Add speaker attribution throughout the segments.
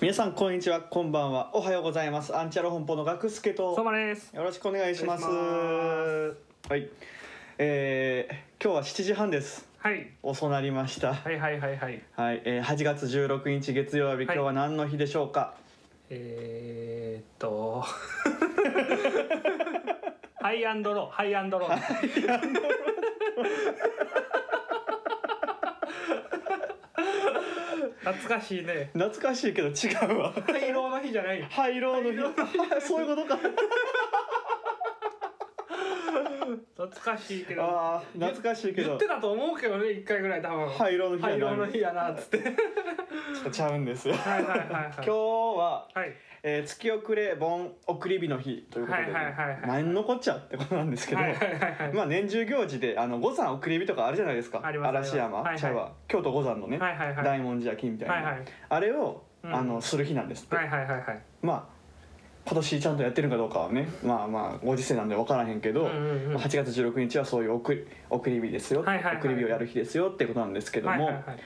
Speaker 1: 皆さんこんにちはこんばんはおはようございますアンチャロ本舗のガクスケ
Speaker 2: そう
Speaker 1: と
Speaker 2: まです。
Speaker 1: よろしくお願いします
Speaker 2: お願いし
Speaker 1: はいえー、今日は7時半です
Speaker 2: はい。
Speaker 1: 遅なりましたは
Speaker 2: はいはいはいはい。
Speaker 1: い、えー、8月16日月曜日、今日は何の日でしょうか
Speaker 2: えー、っ と。ハイアンドロー、ハイアンドロー。懐かしいね。
Speaker 1: 懐かしいけど違うわ
Speaker 2: 廃炉の日じゃない。
Speaker 1: 廃炉の日 そういうことか
Speaker 2: 懐かしいけど。
Speaker 1: あー懐かしいけ
Speaker 2: 言
Speaker 1: ど
Speaker 2: ってたと思うけどね、一回ぐらい多分。
Speaker 1: 廃炉の日やな
Speaker 2: 廃炉の日やなっつって。
Speaker 1: ちゃうんですよ
Speaker 2: はいはいはいはい。
Speaker 1: 今日は、
Speaker 2: はい。
Speaker 1: えー、月遅れ盆送り日の日ということで、
Speaker 2: はいはいはいはい
Speaker 1: 何のこっちゃってことなんですけど、
Speaker 2: はいはいはいはい。
Speaker 1: まあ年中行事であの五山送り火とかあるじゃないですか
Speaker 2: あります
Speaker 1: 嵐山、
Speaker 2: あります
Speaker 1: 茶
Speaker 2: はいはい
Speaker 1: 葉京都五山のね、
Speaker 2: はいはいはい
Speaker 1: 大文字焼きみたいな、
Speaker 2: はいはい
Speaker 1: あれを、
Speaker 2: うん
Speaker 1: あのする日なんですって、
Speaker 2: はいはいはいはい。
Speaker 1: まあ今年ちゃんとやってるかどうかはねまあまあご時世なんで分からへんけど、
Speaker 2: うんうんうん
Speaker 1: 8月16日はそういう送り送り火ですよ、
Speaker 2: はいはいはい
Speaker 1: 送り火をやる日ですよってことなんですけども、
Speaker 2: はいはいはい。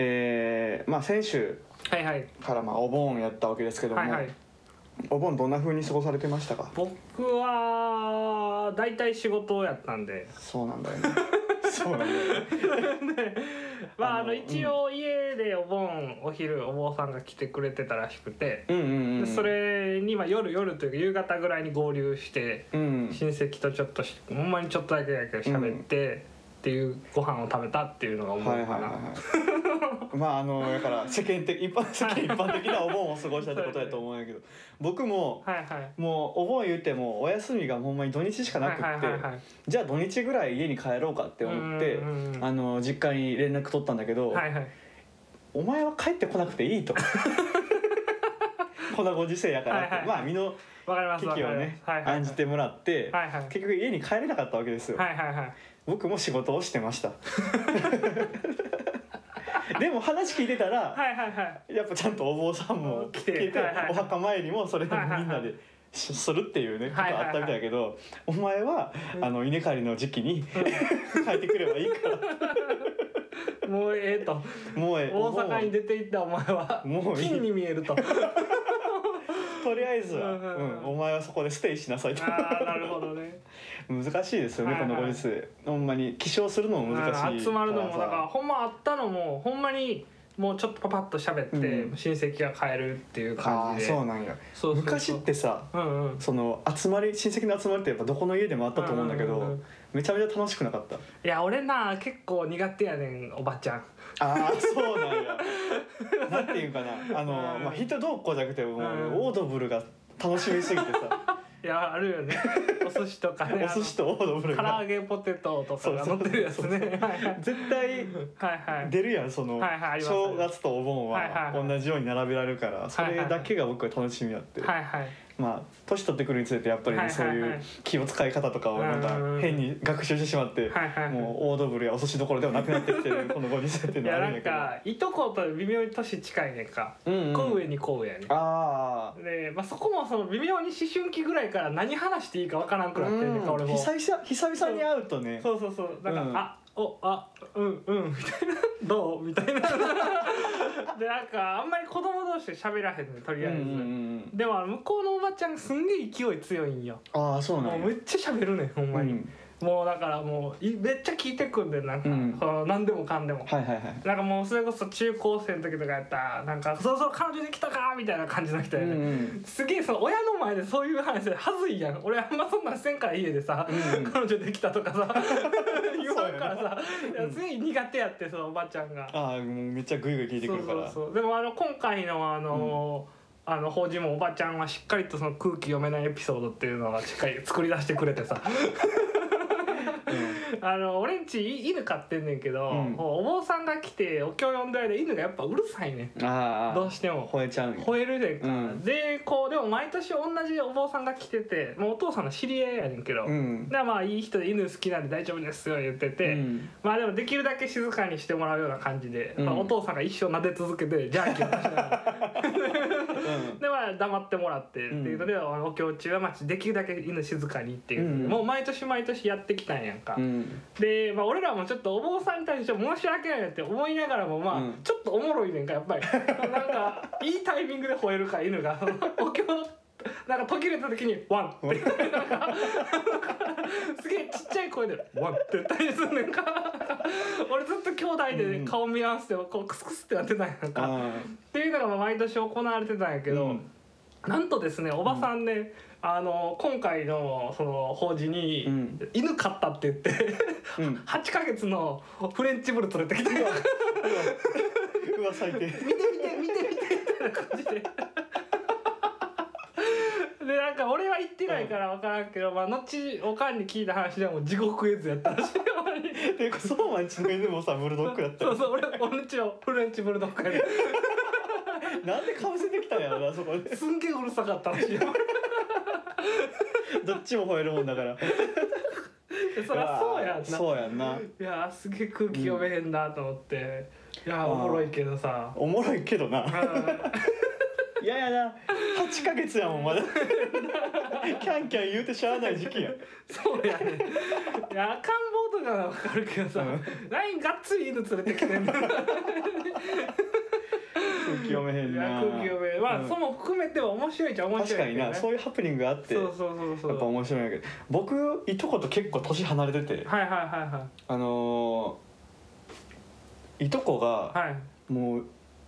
Speaker 1: えーまあ先週
Speaker 2: はいはい。
Speaker 1: からまあお盆やったわけですけども、
Speaker 2: はいはい。
Speaker 1: お盆どんな風に過ごされてましたか
Speaker 2: 僕は大体仕事をやったんで
Speaker 1: そうなんだよ ねそうなんだよね
Speaker 2: まあ
Speaker 1: あ
Speaker 2: あ
Speaker 1: の
Speaker 2: の一応家でお盆お昼お坊さんが来てくれてたらしくて、
Speaker 1: うんうん、う
Speaker 2: で
Speaker 1: ん、
Speaker 2: それにまあ夜夜というか夕方ぐらいに合流して
Speaker 1: うん
Speaker 2: 親戚とちょっとしほんまにちょっとだけだけど喋って、っていうご飯を食べたっていうのが思うか
Speaker 1: はい
Speaker 2: な、
Speaker 1: はいはいはいまああのだから世間的一般世間一般的なお盆を過ごしたってことやと思うんやけど僕も
Speaker 2: はいはい
Speaker 1: もうお盆言ってもお休みがほんまに土日しかなくって、
Speaker 2: はいはいはいはい
Speaker 1: じゃあ土日ぐらい家に帰ろうかって思って、
Speaker 2: うんうんうん
Speaker 1: あの実家に連絡取ったんだけど、
Speaker 2: はいはい
Speaker 1: お前は帰ってこなくていい とこのご時世やからって、
Speaker 2: はいはい
Speaker 1: まあ身の
Speaker 2: わかります
Speaker 1: 危
Speaker 2: わか
Speaker 1: 機
Speaker 2: り
Speaker 1: を
Speaker 2: ま
Speaker 1: ね
Speaker 2: すはいはいはい
Speaker 1: 案じてもらって、
Speaker 2: はいはい
Speaker 1: 結局家に帰れなかったわけですよ、
Speaker 2: はいはいはい
Speaker 1: 僕も仕事をしてました でも話聞いてたら、
Speaker 2: はいはいはい
Speaker 1: やっぱちゃんとお坊さんも来
Speaker 2: 来
Speaker 1: て
Speaker 2: てはいはいはい
Speaker 1: お墓参りもそれをみん
Speaker 2: はいは
Speaker 1: ない
Speaker 2: は
Speaker 1: で
Speaker 2: い
Speaker 1: しするっていうねこと
Speaker 2: はいはいはい
Speaker 1: あったみたいだけど、お前は、あの稲刈りの時期に、 帰ってくればいいから
Speaker 2: もうええと
Speaker 1: もうええ
Speaker 2: 大阪に
Speaker 1: も
Speaker 2: 出て行ったお前は
Speaker 1: もういい
Speaker 2: 金に見え ると。
Speaker 1: うとりあえずは、
Speaker 2: うんうんうん
Speaker 1: うんお前はそこでステイしなさいと
Speaker 2: ああなるほどね。
Speaker 1: 難しいですよね、
Speaker 2: はいはい
Speaker 1: このご時世ほんまに起床するのも難しいから
Speaker 2: うん
Speaker 1: さ
Speaker 2: 集まるのもだからほんまあったのもほんまにもうちょっとパパッと喋って、
Speaker 1: うん
Speaker 2: 親戚が帰るっていう
Speaker 1: あ
Speaker 2: 感
Speaker 1: あ
Speaker 2: じで。
Speaker 1: そうなんや
Speaker 2: そうそうそう
Speaker 1: 昔ってさ
Speaker 2: うんうん。
Speaker 1: その集まり親戚の集まりってやっぱどこの家でもあったと思うんだけど、
Speaker 2: うんうんうん
Speaker 1: めちゃめちゃ楽しくなかった
Speaker 2: いや俺な結構苦手やねんおばちゃん。
Speaker 1: ああそうなんやなんていうかなあの、
Speaker 2: うん
Speaker 1: まあ、人どうこうじゃなくてもう、
Speaker 2: うん
Speaker 1: オードブルが楽しみすぎて さ
Speaker 2: いやあ るよね。お寿司とかね。
Speaker 1: お寿司とオードブ
Speaker 2: あ
Speaker 1: ル
Speaker 2: の唐
Speaker 1: が
Speaker 2: 揚げポテトとかが
Speaker 1: そうそう
Speaker 2: 乗ってるやつね。はいはい
Speaker 1: 絶対
Speaker 2: はいはい。
Speaker 1: 出るやんその、
Speaker 2: はいはいあります
Speaker 1: 正月とお盆
Speaker 2: はい
Speaker 1: は
Speaker 2: はいはい
Speaker 1: 同じように並べられるからそれだけが僕は楽しみやって、
Speaker 2: はいはい。
Speaker 1: まあ年取ってくるにつれてやっぱりね、
Speaker 2: はいはいはい
Speaker 1: そういう気を使い方とかをなん
Speaker 2: うん
Speaker 1: か変に学習してしまって、
Speaker 2: はいはいはい
Speaker 1: もうオードブルやお寿司どころではなくなってきてるこのご時世っていう
Speaker 2: い
Speaker 1: のは
Speaker 2: や
Speaker 1: あ
Speaker 2: な
Speaker 1: るん
Speaker 2: ん
Speaker 1: だけど。
Speaker 2: かいとこと微妙に年近いねんか。
Speaker 1: うんうん
Speaker 2: こう上にこうやね。
Speaker 1: ああ
Speaker 2: で、まあ、そこもその微妙に思春期ぐらいから何話していいかわからんくなってるねんか俺も
Speaker 1: 久々久々に会うとね
Speaker 2: そうそうそうなんか「
Speaker 1: うん
Speaker 2: あおあうんうん」みたいな「どう?」みたいなでなんかあんまり子供同士で喋らへんねんとりあえず、
Speaker 1: うんうんうん
Speaker 2: でもあの向こうのおばちゃんがすんげえ勢い強いんよ
Speaker 1: ああそうな
Speaker 2: もうんめ
Speaker 1: や
Speaker 2: っちゃ喋るねんほんまに、
Speaker 1: うん
Speaker 2: もうだからもういめっちゃ聞いてくんでなんか、
Speaker 1: うん
Speaker 2: その何でもかんでも、
Speaker 1: はいはいはい
Speaker 2: なんかもうそれこそ中高生の時とかやったらなんか「そろそろ彼女できたか」みたいな感じの人やね、
Speaker 1: うんうん
Speaker 2: すげえその親の前でそういう話ではずいやん俺あんまそんなんせんから家でさ、
Speaker 1: うんうん
Speaker 2: 彼女できたとか さ言わんから
Speaker 1: そうや
Speaker 2: さいやすげえ苦手やってそのおばちゃんが。
Speaker 1: ああもうめっちゃグイグイ聞いてく
Speaker 2: そう
Speaker 1: るか
Speaker 2: そ
Speaker 1: ら
Speaker 2: うそうでもあの今回のあの、あの法事もおばちゃんはしっかりとその空気読めないエピソードっていうのをしっかり作り出してくれて さあの俺んちい犬飼ってんねんけど、
Speaker 1: うん
Speaker 2: お坊さんが来てお経読んだ間犬がやっぱうるさいねん
Speaker 1: うんああ
Speaker 2: どうしても
Speaker 1: 吠えちゃうんや
Speaker 2: 吠えるでか、
Speaker 1: うん
Speaker 2: でこうでも毎年同じお坊さんが来ててもうお父さんの知り合いやねんけど、
Speaker 1: うん
Speaker 2: でまあいい人で犬好きなんで大丈夫ですよ言ってて、
Speaker 1: うん
Speaker 2: まあでもできるだけ静かにしてもらうような感じで、
Speaker 1: うん
Speaker 2: まあお父さんが一生撫で続けてジャーキーを出しながら
Speaker 1: うんうん
Speaker 2: でまあ黙ってもらってっていうので、あのお経中はまあできるだけ犬静かにってい
Speaker 1: う
Speaker 2: う、
Speaker 1: ん
Speaker 2: もう毎年毎年やってきたんやんか、
Speaker 1: うん
Speaker 2: で、まあ、俺らもちょっとお坊さんに対して申し訳ないなって思いながらもま
Speaker 1: う
Speaker 2: あ、
Speaker 1: ん
Speaker 2: ちょっとおもろいねんかやっぱりなんかいいタイミングで吠えるから犬がお経なんか途切れた時に「ワン」ってなんかすげえちっちゃい声で「ワン」って言ったりすんねんか俺ずっと兄弟でね顔見合わせてこうクスクスってなってたんやんか、っ
Speaker 1: あ
Speaker 2: ていうのがまあ毎年行われてたんやけど、
Speaker 1: うん
Speaker 2: なんとですねおばさんね、あの今回のその法事に、
Speaker 1: うん
Speaker 2: 犬飼ったって言って
Speaker 1: ー うん
Speaker 2: 8ヶ月のフレンチブル連れてきたよ
Speaker 1: うわ最低
Speaker 2: 見て見て見て見てみたいな感じで。でなんか俺は行ってないから分からんけど、まあ、後おかんに聞いた話ではもう地獄絵図やったらしい
Speaker 1: でそうまんちの犬もさブルドッグやった
Speaker 2: そ
Speaker 1: よ
Speaker 2: うそう俺俺んちのフレンチブルドッグやで
Speaker 1: なんでかぶせてきたんやろなそこです
Speaker 2: んげえうるさかったらしいよ
Speaker 1: どっちも吠えるもんだから
Speaker 2: そりゃそうやんな
Speaker 1: そうやんない
Speaker 2: やーすげえ空気読めへんなと思って、いやーおもろいけどさ
Speaker 1: おもろいけど な
Speaker 2: あ
Speaker 1: いややな8ヶ月やもん まだキャンキャン言うてしゃあない時期や
Speaker 2: ーそうやねいや赤ん坊とかは分かるけどさ、ラインがっつり犬連れてきて んの
Speaker 1: 空気読めへん
Speaker 2: いや
Speaker 1: な
Speaker 2: 空気読めまあ、
Speaker 1: うん
Speaker 2: そも含めては面白いじゃ面
Speaker 1: 確
Speaker 2: 白
Speaker 1: か
Speaker 2: い
Speaker 1: に
Speaker 2: けど、ね、
Speaker 1: なそういうハプニングがあって
Speaker 2: そうそうそうそう
Speaker 1: やっぱ面白いんやけど僕いとこと結構年離れてて
Speaker 2: はいはいは
Speaker 1: あのーいとこ
Speaker 2: い
Speaker 1: が
Speaker 2: はいはい
Speaker 1: もう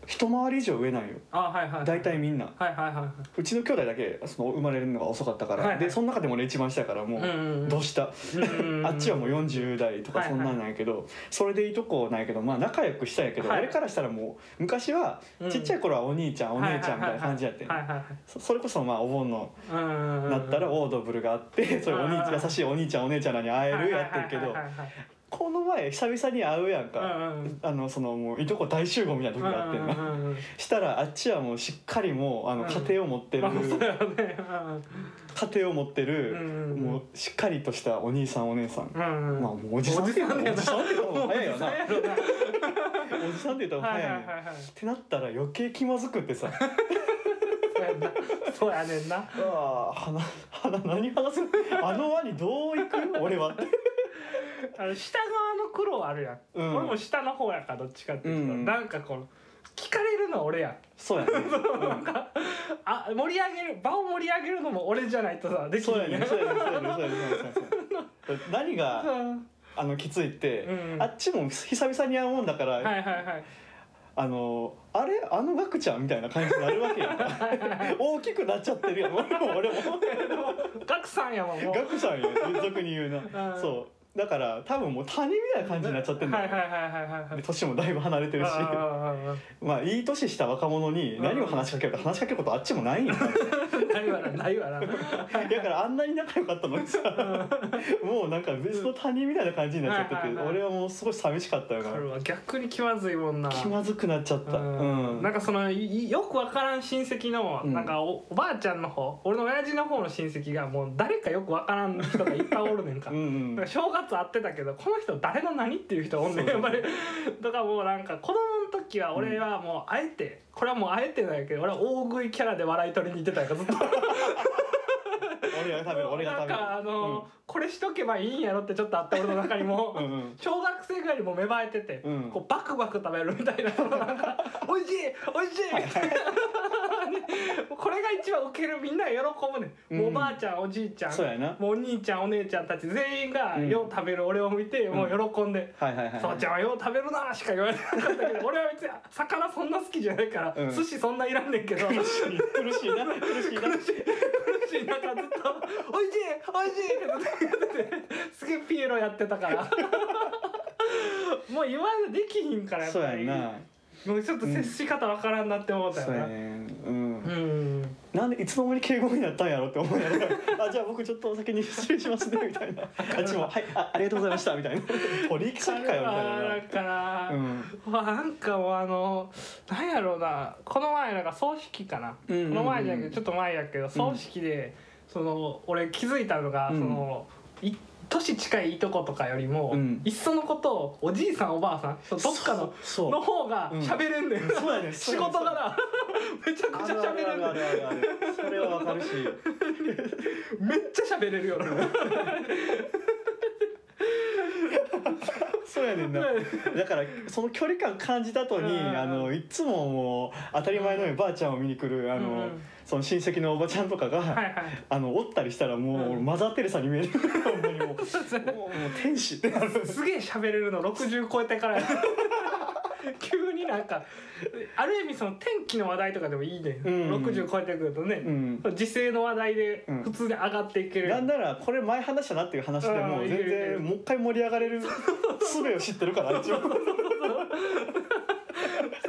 Speaker 1: 一回り以上上なんよ
Speaker 2: あはいはい
Speaker 1: 大体みんな
Speaker 2: はいはいは
Speaker 1: うちの兄弟だけその生まれるのが遅かったから、
Speaker 2: はいはい
Speaker 1: でその中でも俺一番下やからも
Speaker 2: いはいうん
Speaker 1: う、
Speaker 2: うんうん
Speaker 1: どうした、
Speaker 2: うんうん
Speaker 1: あっちはもう40代とかそんなんなんやけど、それでいとこなんやけどまあ仲良くしたんやけど、
Speaker 2: はい
Speaker 1: 俺からしたらもう昔は
Speaker 2: うん
Speaker 1: ちっちゃい頃はお兄ちゃん、お姉ちゃんみたいな感じやってん、
Speaker 2: はいはいはい
Speaker 1: そそれこそまあお盆の
Speaker 2: はいはいうんうんうん
Speaker 1: なったらオードブルがあって、そういうお兄
Speaker 2: はいはい
Speaker 1: 優しいお兄ちゃんお姉ちゃんらに会えるやってるけど、
Speaker 2: はいはいはいはい
Speaker 1: この前久々に会うやんか、
Speaker 2: うんうん
Speaker 1: あのそのもういとこ大集合みたいな時があってんな、
Speaker 2: うんうんうんうん
Speaker 1: したらあっちはもうしっかりもうあの
Speaker 2: うん
Speaker 1: 家庭を持ってる、
Speaker 2: まあそうやね
Speaker 1: 家庭を持ってる、
Speaker 2: うんうん
Speaker 1: もうしっかりとしたお兄さんお姉さん、
Speaker 2: うんうんうん
Speaker 1: まあもうおじさんって言う
Speaker 2: や
Speaker 1: おじさんって言ったら早いよな
Speaker 2: おじさんやろな
Speaker 1: おじさんって言ったら
Speaker 2: はい
Speaker 1: 早い
Speaker 2: は
Speaker 1: ね、
Speaker 2: いはいはい
Speaker 1: ってなったら余計気まずくってさ
Speaker 2: そうやんなそうやねんな
Speaker 1: ああ花花何話すあの輪にどう行く俺はって
Speaker 2: あの下側の苦労あるやん、
Speaker 1: うん
Speaker 2: 俺も下の方やからどっちかっていうと、
Speaker 1: うん
Speaker 2: なんかこの聞かれるのは俺やん
Speaker 1: そうや ね、
Speaker 2: あ盛り上げる場を盛り上げるのも俺じゃないとさ
Speaker 1: う
Speaker 2: で
Speaker 1: ん、
Speaker 2: きひん
Speaker 1: そうやねそうやねそうやねそうやねそうやねそうやね何が
Speaker 2: うん
Speaker 1: あのきついって、
Speaker 2: うん
Speaker 1: あっちも久々に会うもんだから、
Speaker 2: はいはいはい
Speaker 1: あのあれあのガクちゃんみたいな感じになるわけ やん大きくなっちゃってるやん俺も俺も
Speaker 2: でもガクさんやもんもう
Speaker 1: ガクさんよ俗に言うな、
Speaker 2: うん
Speaker 1: そうだから多分もう他人みたいな感じになっちゃってんだ
Speaker 2: はい
Speaker 1: よ、
Speaker 2: はいはいは いはいはい
Speaker 1: で年もだいぶ離れてるし
Speaker 2: あああああ
Speaker 1: まあいい年した若者に何を話しかけるか話しかけることあっちもないんや
Speaker 2: あないわなないわ な
Speaker 1: だからあんなに仲良かったのにさもうなんか別の他人みたいな感じになっちゃって
Speaker 2: うん
Speaker 1: て
Speaker 2: はいはいはい
Speaker 1: 俺はもうすごい寂しかったよ
Speaker 2: これ
Speaker 1: な
Speaker 2: は逆に気まずいもんな
Speaker 1: 気まずくなっちゃった
Speaker 2: うん
Speaker 1: うん
Speaker 2: なんかそのいよくわからん親戚の
Speaker 1: うん
Speaker 2: なんかおおばあちゃんの方俺の親父の方の親戚がもう誰かよくわからん人がいっぱいおるねんか
Speaker 1: うんうん
Speaker 2: なんか正月会ってたけどこの人誰の何っていう人おんねん
Speaker 1: そう
Speaker 2: やっぱり とかもうなんか子供の時は俺はもうあえて、これはもうあえてなんやけど俺は大食いキャラで笑い取りに行ってたんやからずっと
Speaker 1: 俺が食べる俺が
Speaker 2: な
Speaker 1: 食
Speaker 2: ん
Speaker 1: べる
Speaker 2: かあのこれしとけばいいんやろってちょっとあった俺の中にも、
Speaker 1: うんうん
Speaker 2: 小学生ぐらいにも芽生えてて、
Speaker 1: うん
Speaker 2: こうバクバク食べるみたいなそのなんか「おいしいおいしい」 これが一番ウケるみんな喜ぶね、
Speaker 1: うん
Speaker 2: もうおばあちゃんおじいちゃん
Speaker 1: そうやな
Speaker 2: もうお兄ちゃんお姉ちゃんたち全員が
Speaker 1: うん
Speaker 2: よう食べる俺を見てもう喜んで
Speaker 1: はいはい
Speaker 2: 「
Speaker 1: はい
Speaker 2: そうちゃんはよう食べるな」しか言われなかったけど俺は別に魚そんな好きじゃないから、
Speaker 1: うん
Speaker 2: 寿司そんないらんねんけど。
Speaker 1: 苦しい苦しいな苦しいな
Speaker 2: 苦しい中ずっと「おいしいおいしい!」ってずっと言っててすげえピエロやってた からもう言わんできひんからやっ
Speaker 1: そう
Speaker 2: ぱ
Speaker 1: や
Speaker 2: り
Speaker 1: んな
Speaker 2: もうちょっと接し方わからんなって思った
Speaker 1: そ
Speaker 2: よ
Speaker 1: うや
Speaker 2: な
Speaker 1: ねうん
Speaker 2: うん
Speaker 1: なんでいつの間に敬語になったんやろって思いながらあじゃあ僕ちょっとお先に失礼しますねみたいなあっちもはいあありがとうございましたみたいな取引先かよみたい
Speaker 2: あ
Speaker 1: な
Speaker 2: ーだから、
Speaker 1: うん
Speaker 2: まあなんかもうあのなんやろうなこの前なんか葬式かな、
Speaker 1: うんうんうん
Speaker 2: この前じゃなくてちょっと前やけど葬式で、その俺気づいたのが、
Speaker 1: うん
Speaker 2: そのい年近いいとことかよりも、
Speaker 1: うん
Speaker 2: いっそのことをおじいさんおばあさんそのどっかの
Speaker 1: そう
Speaker 2: の方が
Speaker 1: うん
Speaker 2: 喋れんねん、
Speaker 1: そうやねん
Speaker 2: 仕事柄めちゃくちゃ喋れる
Speaker 1: あるあるあるあるあるそれはわかるし
Speaker 2: めっちゃ喋れるよな
Speaker 1: そうやねんなだからその距離感感じた後に
Speaker 2: うん
Speaker 1: あのいつももう当たり前のようにばあちゃんを見に来るあ
Speaker 2: うんう
Speaker 1: の
Speaker 2: ん
Speaker 1: その親戚のおばちゃんとかが、
Speaker 2: はいはい
Speaker 1: あのおったりしたらもう、
Speaker 2: うん
Speaker 1: 俺マザー・テレサに見え るほんまにもうもうもう天使ってなる
Speaker 2: すげえ喋れるの60超えてからや 急になんかある意味その天気の話題とかでもいいね、
Speaker 1: うん
Speaker 2: 60超えてくると
Speaker 1: う
Speaker 2: ね、
Speaker 1: ん
Speaker 2: 時勢の話題で普通に上がっていける、
Speaker 1: なんならこれ前話したなっていう話でも
Speaker 2: うん
Speaker 1: う
Speaker 2: い
Speaker 1: 全
Speaker 2: けるいける
Speaker 1: 然もう一回盛り上がれる術を知ってるから一応
Speaker 2: そ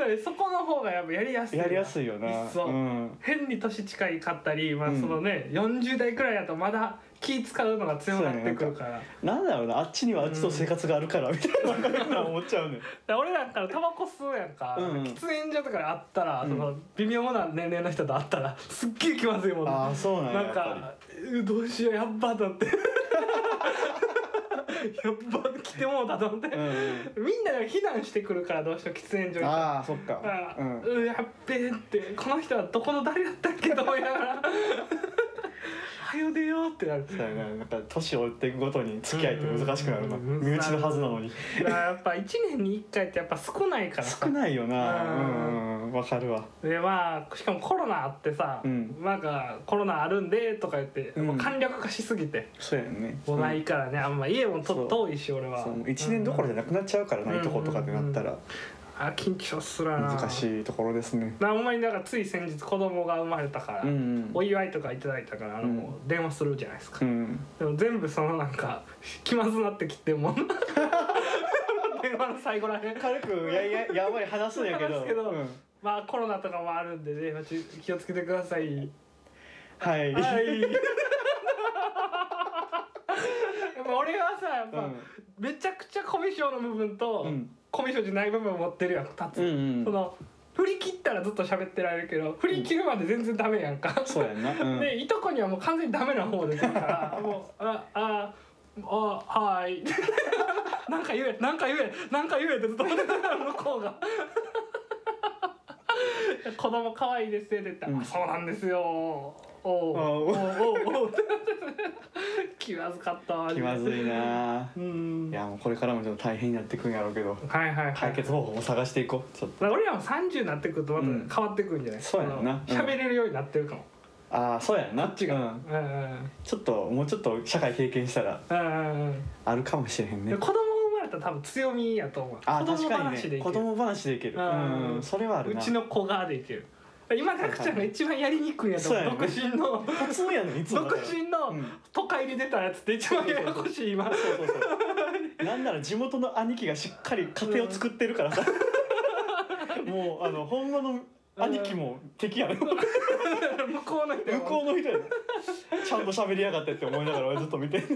Speaker 2: うねそこの方がやっぱやりやすいな
Speaker 1: やりやすいよ
Speaker 2: い
Speaker 1: な
Speaker 2: っそ
Speaker 1: うん
Speaker 2: 変に年近いかったり、まあ
Speaker 1: うん
Speaker 2: そのね40代くらいだとまだ気使うのが強くなってくるから,、
Speaker 1: なんだろうなあっちにはあっちの生活があるからみたいな感じな思っちゃうねん
Speaker 2: 俺らからタバコ吸うやんか、
Speaker 1: うん
Speaker 2: 喫煙所とかであったら、
Speaker 1: うん
Speaker 2: その微妙な年齢の人と会ったらすっげえ気まずいもんね
Speaker 1: ああそうなんや
Speaker 2: なん
Speaker 1: やっぱり
Speaker 2: かうどうしようやっばだって やっば来てもうたと思って、
Speaker 1: うん
Speaker 2: みんなが避難してくるからどうしても喫煙所に
Speaker 1: ああそっか
Speaker 2: あ
Speaker 1: う
Speaker 2: ー
Speaker 1: ん
Speaker 2: うん、やっべーってこの人はどこの誰だったっけと思いながら 「はよ出よう」ってなる
Speaker 1: そうやななんか年を追っていくごとに付き合いって難しくなるな
Speaker 2: うん
Speaker 1: 身内のはずなのに
Speaker 2: だからやっぱ1年に1回ってやっぱ少ないからさ
Speaker 1: 少ないよな
Speaker 2: う
Speaker 1: うんんうんわかるわ
Speaker 2: でまあしかもコロナあってさ、
Speaker 1: うん
Speaker 2: なんかコロナあるんでとか言って、
Speaker 1: うん
Speaker 2: もう簡略化しすぎて
Speaker 1: そうやんね
Speaker 2: もうないからねあんま家も
Speaker 1: そ
Speaker 2: と
Speaker 1: う
Speaker 2: 遠いし俺は
Speaker 1: そうもう1年どころじゃなくなっちゃうからな、
Speaker 2: うん
Speaker 1: いとことかってなったら
Speaker 2: あ緊張するな
Speaker 1: 難しいところですね。
Speaker 2: なほんまになんかつい先日子供が生まれたから、
Speaker 1: うんうん
Speaker 2: お祝いとかいただいたからあ
Speaker 1: う
Speaker 2: の、
Speaker 1: ん
Speaker 2: もう電話するじゃないです
Speaker 1: う
Speaker 2: か、
Speaker 1: ん、
Speaker 2: でも全部そのなんか気まずなってきてもう 電話の最後らへん
Speaker 1: 軽くやいややんわり話すんやけ
Speaker 2: 話
Speaker 1: ど
Speaker 2: すけど
Speaker 1: うん
Speaker 2: まあコロナとかもあるんでねまあち気をつけてください
Speaker 1: はい、
Speaker 2: はい やっぱ俺はさやっぱ、めちゃくちゃコミュ障の部分と、
Speaker 1: うん
Speaker 2: コミュ障じゃない部分を持ってるやん2つ、
Speaker 1: うんうん
Speaker 2: その振り切ったらずっと喋ってられるけど振り切るまで全然ダメやんか、
Speaker 1: そうやんな、うん、
Speaker 2: でいとこにはもう完全にダメな方でするから もう「あああはーい」 なんか言えなんか言えなんか言えってずっと思ってたから向こうが。 子供可愛いですよって言ったら、
Speaker 1: うん
Speaker 2: あそうなんですよおうおう
Speaker 1: あ
Speaker 2: おうおうってなって気まずかったわ
Speaker 1: 気まずいな
Speaker 2: う
Speaker 1: い
Speaker 2: ん
Speaker 1: やもうこれからもちょっと大変になってくんやろうけど
Speaker 2: はいはいはい
Speaker 1: 解決方法も探していこうちょっ
Speaker 2: だから俺らも30になってくるとま
Speaker 1: うん
Speaker 2: た変わってくるんじゃない、
Speaker 1: そうやんな
Speaker 2: あの喋れるようになってるかも、
Speaker 1: とああそうやんな
Speaker 2: こっちが
Speaker 1: うん、
Speaker 2: うんうん
Speaker 1: ちょっともうちょっと社会経験したら
Speaker 2: うんうんうん
Speaker 1: あるかもしれへんね
Speaker 2: で子供生まれたら多分強みやと思う
Speaker 1: あー
Speaker 2: 子供
Speaker 1: 確か
Speaker 2: 話
Speaker 1: に
Speaker 2: で
Speaker 1: ね
Speaker 2: い
Speaker 1: 子
Speaker 2: ける
Speaker 1: 供話でいけるうん、それはある
Speaker 2: う
Speaker 1: な
Speaker 2: ちの子がでいける今かくちゃんが一番やりにくいやと思
Speaker 1: そ
Speaker 2: う
Speaker 1: うやね
Speaker 2: 独身の
Speaker 1: 普通やねんいつもだか
Speaker 2: 独
Speaker 1: ら
Speaker 2: 身の
Speaker 1: うん
Speaker 2: 都会に出たやつって一番ややこしい今
Speaker 1: そうそうそう。なんなら地元の兄貴がしっかり家庭を作ってるからさ。もうあの本物の兄貴も敵やね。向
Speaker 2: 向こうの人は
Speaker 1: こうの人やね。ちゃんと喋りやがってって思いながら俺ずっと見てんね。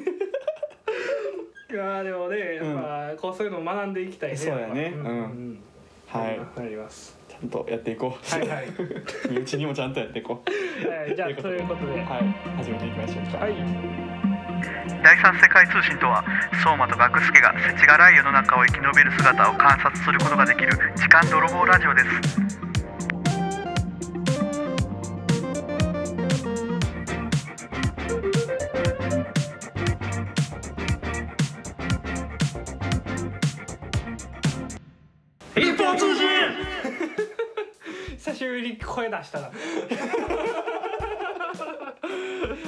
Speaker 2: いやーでもねやっぱこうそういうのを学んでいきたいね
Speaker 1: そうやね
Speaker 2: っぱ
Speaker 1: うん
Speaker 2: ん
Speaker 1: はい。
Speaker 2: なります
Speaker 1: ちゃんとやっていこう。
Speaker 2: はいはい
Speaker 1: 身内にもちゃんとやっていこう。
Speaker 2: はいじゃあということでは
Speaker 1: はい。始めていきましょうか。
Speaker 2: い
Speaker 3: 第三世界通信とは相馬と学助が世知辛い世の中を生き延びる姿を観察することができる時間泥棒ラジオです
Speaker 2: 一方通信 久しぶりに声出したら
Speaker 1: 久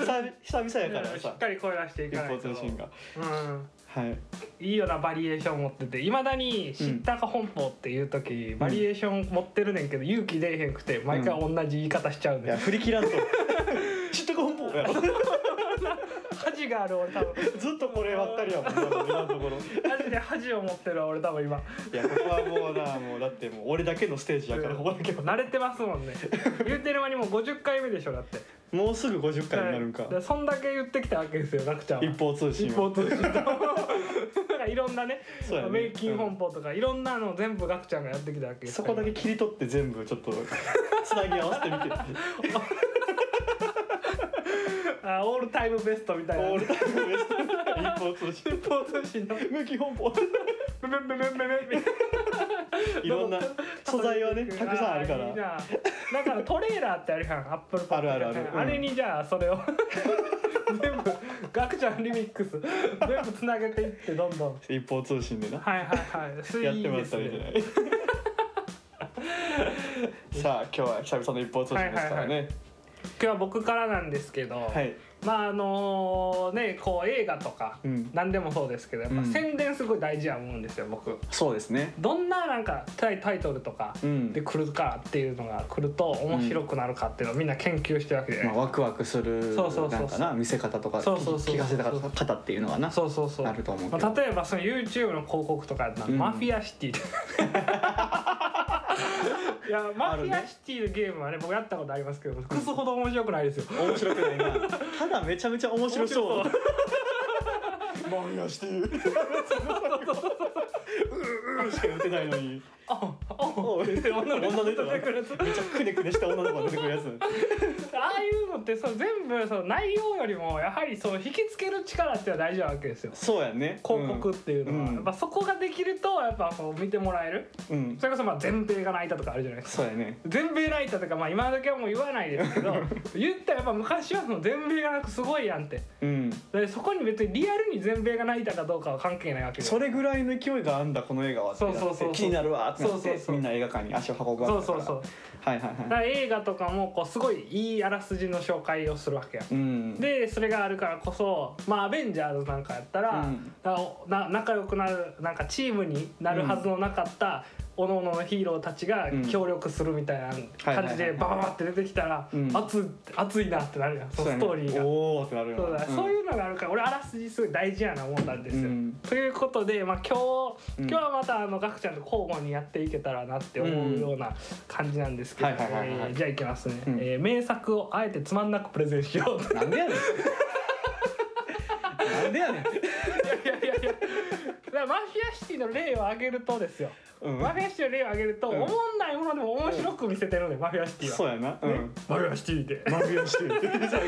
Speaker 1: 々久々やから
Speaker 2: し
Speaker 1: さ
Speaker 2: っ。かり声出してい
Speaker 1: 一
Speaker 2: かな
Speaker 1: 方
Speaker 2: いと
Speaker 1: 通信が。
Speaker 2: うん
Speaker 1: はい。
Speaker 2: いいよなバリエーション持ってていまだに「知ったか本邦」っていう時、バリエーション持ってるねんけど勇気出えへんくて毎回同じ言い方しちゃう
Speaker 1: い
Speaker 2: ね、
Speaker 1: や
Speaker 2: ん、
Speaker 1: 振り切らんと。知ったか本邦やろ。
Speaker 2: 恥がある俺多分
Speaker 1: ずっとこればっかりやもん。多分今のところ。
Speaker 2: マジで恥を持ってるわ俺多分今
Speaker 1: いやここはもうなもうだってもう俺だけのステージやからここだけは
Speaker 2: 慣れてますもんね言うてる間にもう50回目でしょだって
Speaker 1: もうすぐ50回になるんか
Speaker 2: だらそんだけ言ってきたわけですよ楽ちゃんは
Speaker 1: 一方通信
Speaker 2: 一
Speaker 1: は
Speaker 2: 方通信となんかいろんなね
Speaker 1: そうやね
Speaker 2: メイキン本邦とかいろんなのを全部楽ちゃんがやってきたわけです
Speaker 1: そ
Speaker 2: から
Speaker 1: こだけ切り取って全部ちょっとつなぎ合わせてみて
Speaker 2: あオールタイムベストみたいな
Speaker 1: オールタイムベスト一方通信
Speaker 2: 一方通信の
Speaker 1: 無機本邦
Speaker 2: ブブブブブブブ
Speaker 1: いろんな素材はねたくさんあるから
Speaker 2: いいなだからトレーラーってあるやんアップルパッ
Speaker 1: あるあるあるうん
Speaker 2: あれにじゃあそれを 全部ガクちゃんリミックス全部つなげていってどんどん
Speaker 1: 一方通信でな
Speaker 2: はいはいはいスイ
Speaker 1: やって
Speaker 2: ー
Speaker 1: もら
Speaker 2: で
Speaker 1: っ
Speaker 2: す
Speaker 1: たらいいんじゃ
Speaker 2: ね
Speaker 1: ない さあ今日は久々の一方通信ですからね
Speaker 2: 今日は僕からなんですけど、
Speaker 1: はい
Speaker 2: まああのねこう映画とか、
Speaker 1: うん
Speaker 2: 何でもそうですけどやっぱ
Speaker 1: うん
Speaker 2: 宣伝すごい大事や思うんですよ僕
Speaker 1: そうですね
Speaker 2: どんななんかタイタイトルとか
Speaker 1: うん
Speaker 2: で来るかっていうのが来ると面白くなるかっていうのをみんな研究してるわけじゃない
Speaker 1: まあ、ワクワクする
Speaker 2: そうそうそうそ
Speaker 1: な
Speaker 2: う
Speaker 1: んかな見せ方とか
Speaker 2: そうそうそう
Speaker 1: 聞かせ方っていうのはな
Speaker 2: そうそうそう
Speaker 1: あると思うけど
Speaker 2: まあ、例えばその YouTube の広告とかやったら
Speaker 1: うん
Speaker 2: マフィアシティ」 いやマフィアシティのゲームはね僕やったことありますけどクソほど面白くないですよ
Speaker 1: 面白くないなただめちゃめちゃ面白そうマ
Speaker 2: 面
Speaker 1: フィアシティうううしか言ってないのに
Speaker 2: ああ
Speaker 1: おう
Speaker 2: 女の子
Speaker 1: 女の人
Speaker 2: 出
Speaker 1: が
Speaker 2: てくるやつ
Speaker 1: めっちゃくねくねした女の子が出てくるやつ
Speaker 2: ああいうのってそう全部その内容よりもやはりその引きつける力っていうのは大事なわけですよ
Speaker 1: そうやね
Speaker 2: 広告っていうのは、
Speaker 1: うん
Speaker 2: やっぱそこができるとやっぱこう見てもらえる
Speaker 1: うん、うん
Speaker 2: それこそまあ全米が泣いたとかあるじゃないですか
Speaker 1: そうやね
Speaker 2: 全米泣いたとかまあ今だけはもう言わないですけど言ったらやっぱ昔はその全米が泣くすごいやんって
Speaker 1: うん
Speaker 2: でそこに別にリアルに全米が泣いたかどうかは関係ないわけで
Speaker 1: それぐらいの勢いがあんだこの映画はってなって
Speaker 2: そうそうそう
Speaker 1: 気になるわってなって
Speaker 2: そうそうそう
Speaker 1: みんな映画館に足を運ぶ
Speaker 2: そ
Speaker 1: わ
Speaker 2: う
Speaker 1: けだか
Speaker 2: そう
Speaker 1: ら
Speaker 2: そう
Speaker 1: はいは
Speaker 2: だ
Speaker 1: い
Speaker 2: か
Speaker 1: はい
Speaker 2: ら映画とかもこうすごいいいあらすじの紹介をするわけやん
Speaker 1: うん
Speaker 2: でそれがあるからこそまあアベンジャーズなんかやったら、
Speaker 1: うん
Speaker 2: なな仲良くなるなんかチームになるはずのなかった、各々のヒーローたちが
Speaker 1: うん
Speaker 2: 協力するみたいな感じ
Speaker 1: はいはいはい
Speaker 2: で
Speaker 1: はい
Speaker 2: バババって出てきたら、
Speaker 1: うん
Speaker 2: 熱熱いなってなるやんそのストーリーが。
Speaker 1: おおってなるよ
Speaker 2: そうだ、そう
Speaker 1: う
Speaker 2: いうのがあるから俺あらすじすごい大事やな思ったんですよ。
Speaker 1: うん
Speaker 2: ということで、まあ、今日
Speaker 1: うん
Speaker 2: 今日はまたあのガクちゃんと交互にやっていけたらなって思うような感じなんですけど
Speaker 1: うんはいはいはいはい
Speaker 2: えーじゃあいきますね、
Speaker 1: うん
Speaker 2: えー名作をあえてつまんなくプレゼンしよう
Speaker 1: なんでやねんなんで やねん
Speaker 2: いやいやいやだからマフィアシティの例を挙げるとですよ、
Speaker 1: うん
Speaker 2: マフィアシティの例を挙げると、
Speaker 1: うん
Speaker 2: 思んないものでも面白く見せてるので、マフィアシティは。
Speaker 1: そうやなうん
Speaker 2: マフィアシティで
Speaker 1: マフィアシティ最後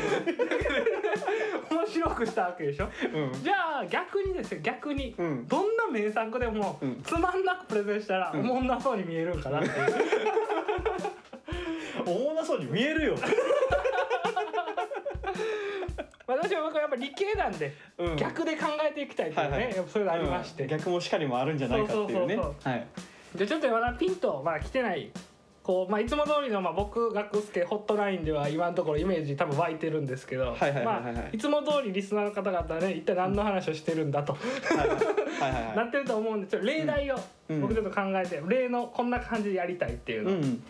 Speaker 2: 面白くしたわけでしょ
Speaker 1: うん
Speaker 2: じゃあ逆にですよ逆に、
Speaker 1: うん
Speaker 2: どんな名作でも、
Speaker 1: うん
Speaker 2: つまんなくプレゼンしたら、おもんなそうに見えるんかなっていう
Speaker 1: おもんなそうに見えるよ
Speaker 2: 私は僕はやっぱ理系なんで、
Speaker 1: うん
Speaker 2: 逆で考えていきたいというね、
Speaker 1: はいはい
Speaker 2: やっぱそういうのありまして、
Speaker 1: うん逆もしかりもあるんじゃないかっていうね
Speaker 2: そうそう
Speaker 1: はい
Speaker 2: でちょっとまだピンとまだ来てないこうまあいつも通りのまあ僕学助ホットラインでは今のところイメージ多分湧いてるんですけど
Speaker 1: はいはいはい
Speaker 2: ま
Speaker 1: はいはい
Speaker 2: あいつも通りリスナーの方々はね一体何の話をしてるんだと、
Speaker 1: はいはいはいはい
Speaker 2: な
Speaker 1: はい
Speaker 2: ってると思うんでちょっと例題を
Speaker 1: うん
Speaker 2: 僕ちょっと考えて、例のこんな感じでやりたいっていう
Speaker 1: う
Speaker 2: の、
Speaker 1: ん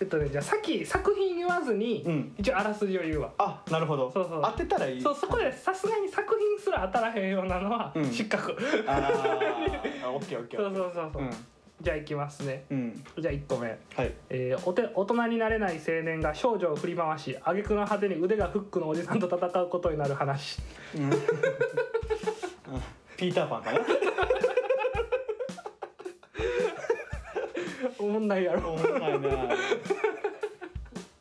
Speaker 2: えっとねじゃあさっき作品言わずに、
Speaker 1: うん
Speaker 2: 一応あらすじを言うわ。
Speaker 1: あなるほど
Speaker 2: そうそう
Speaker 1: 当てたらいい
Speaker 2: そうそこでさすがに作品すら当たらへんようなのは
Speaker 1: うん
Speaker 2: 失格、
Speaker 1: あ ーあオッケーオッケー
Speaker 2: そ
Speaker 1: オッ
Speaker 2: う
Speaker 1: ケー
Speaker 2: そうそうそう、じゃあいきますね
Speaker 1: うんうん
Speaker 2: じゃあ1個目
Speaker 1: はい
Speaker 2: えーおて大人になれない青年が少女を振り回し挙句の果てに腕がフックのおじさんと戦うことになる話
Speaker 1: うんうん ピーターパンかな
Speaker 2: おもんない やろ
Speaker 1: おもんないな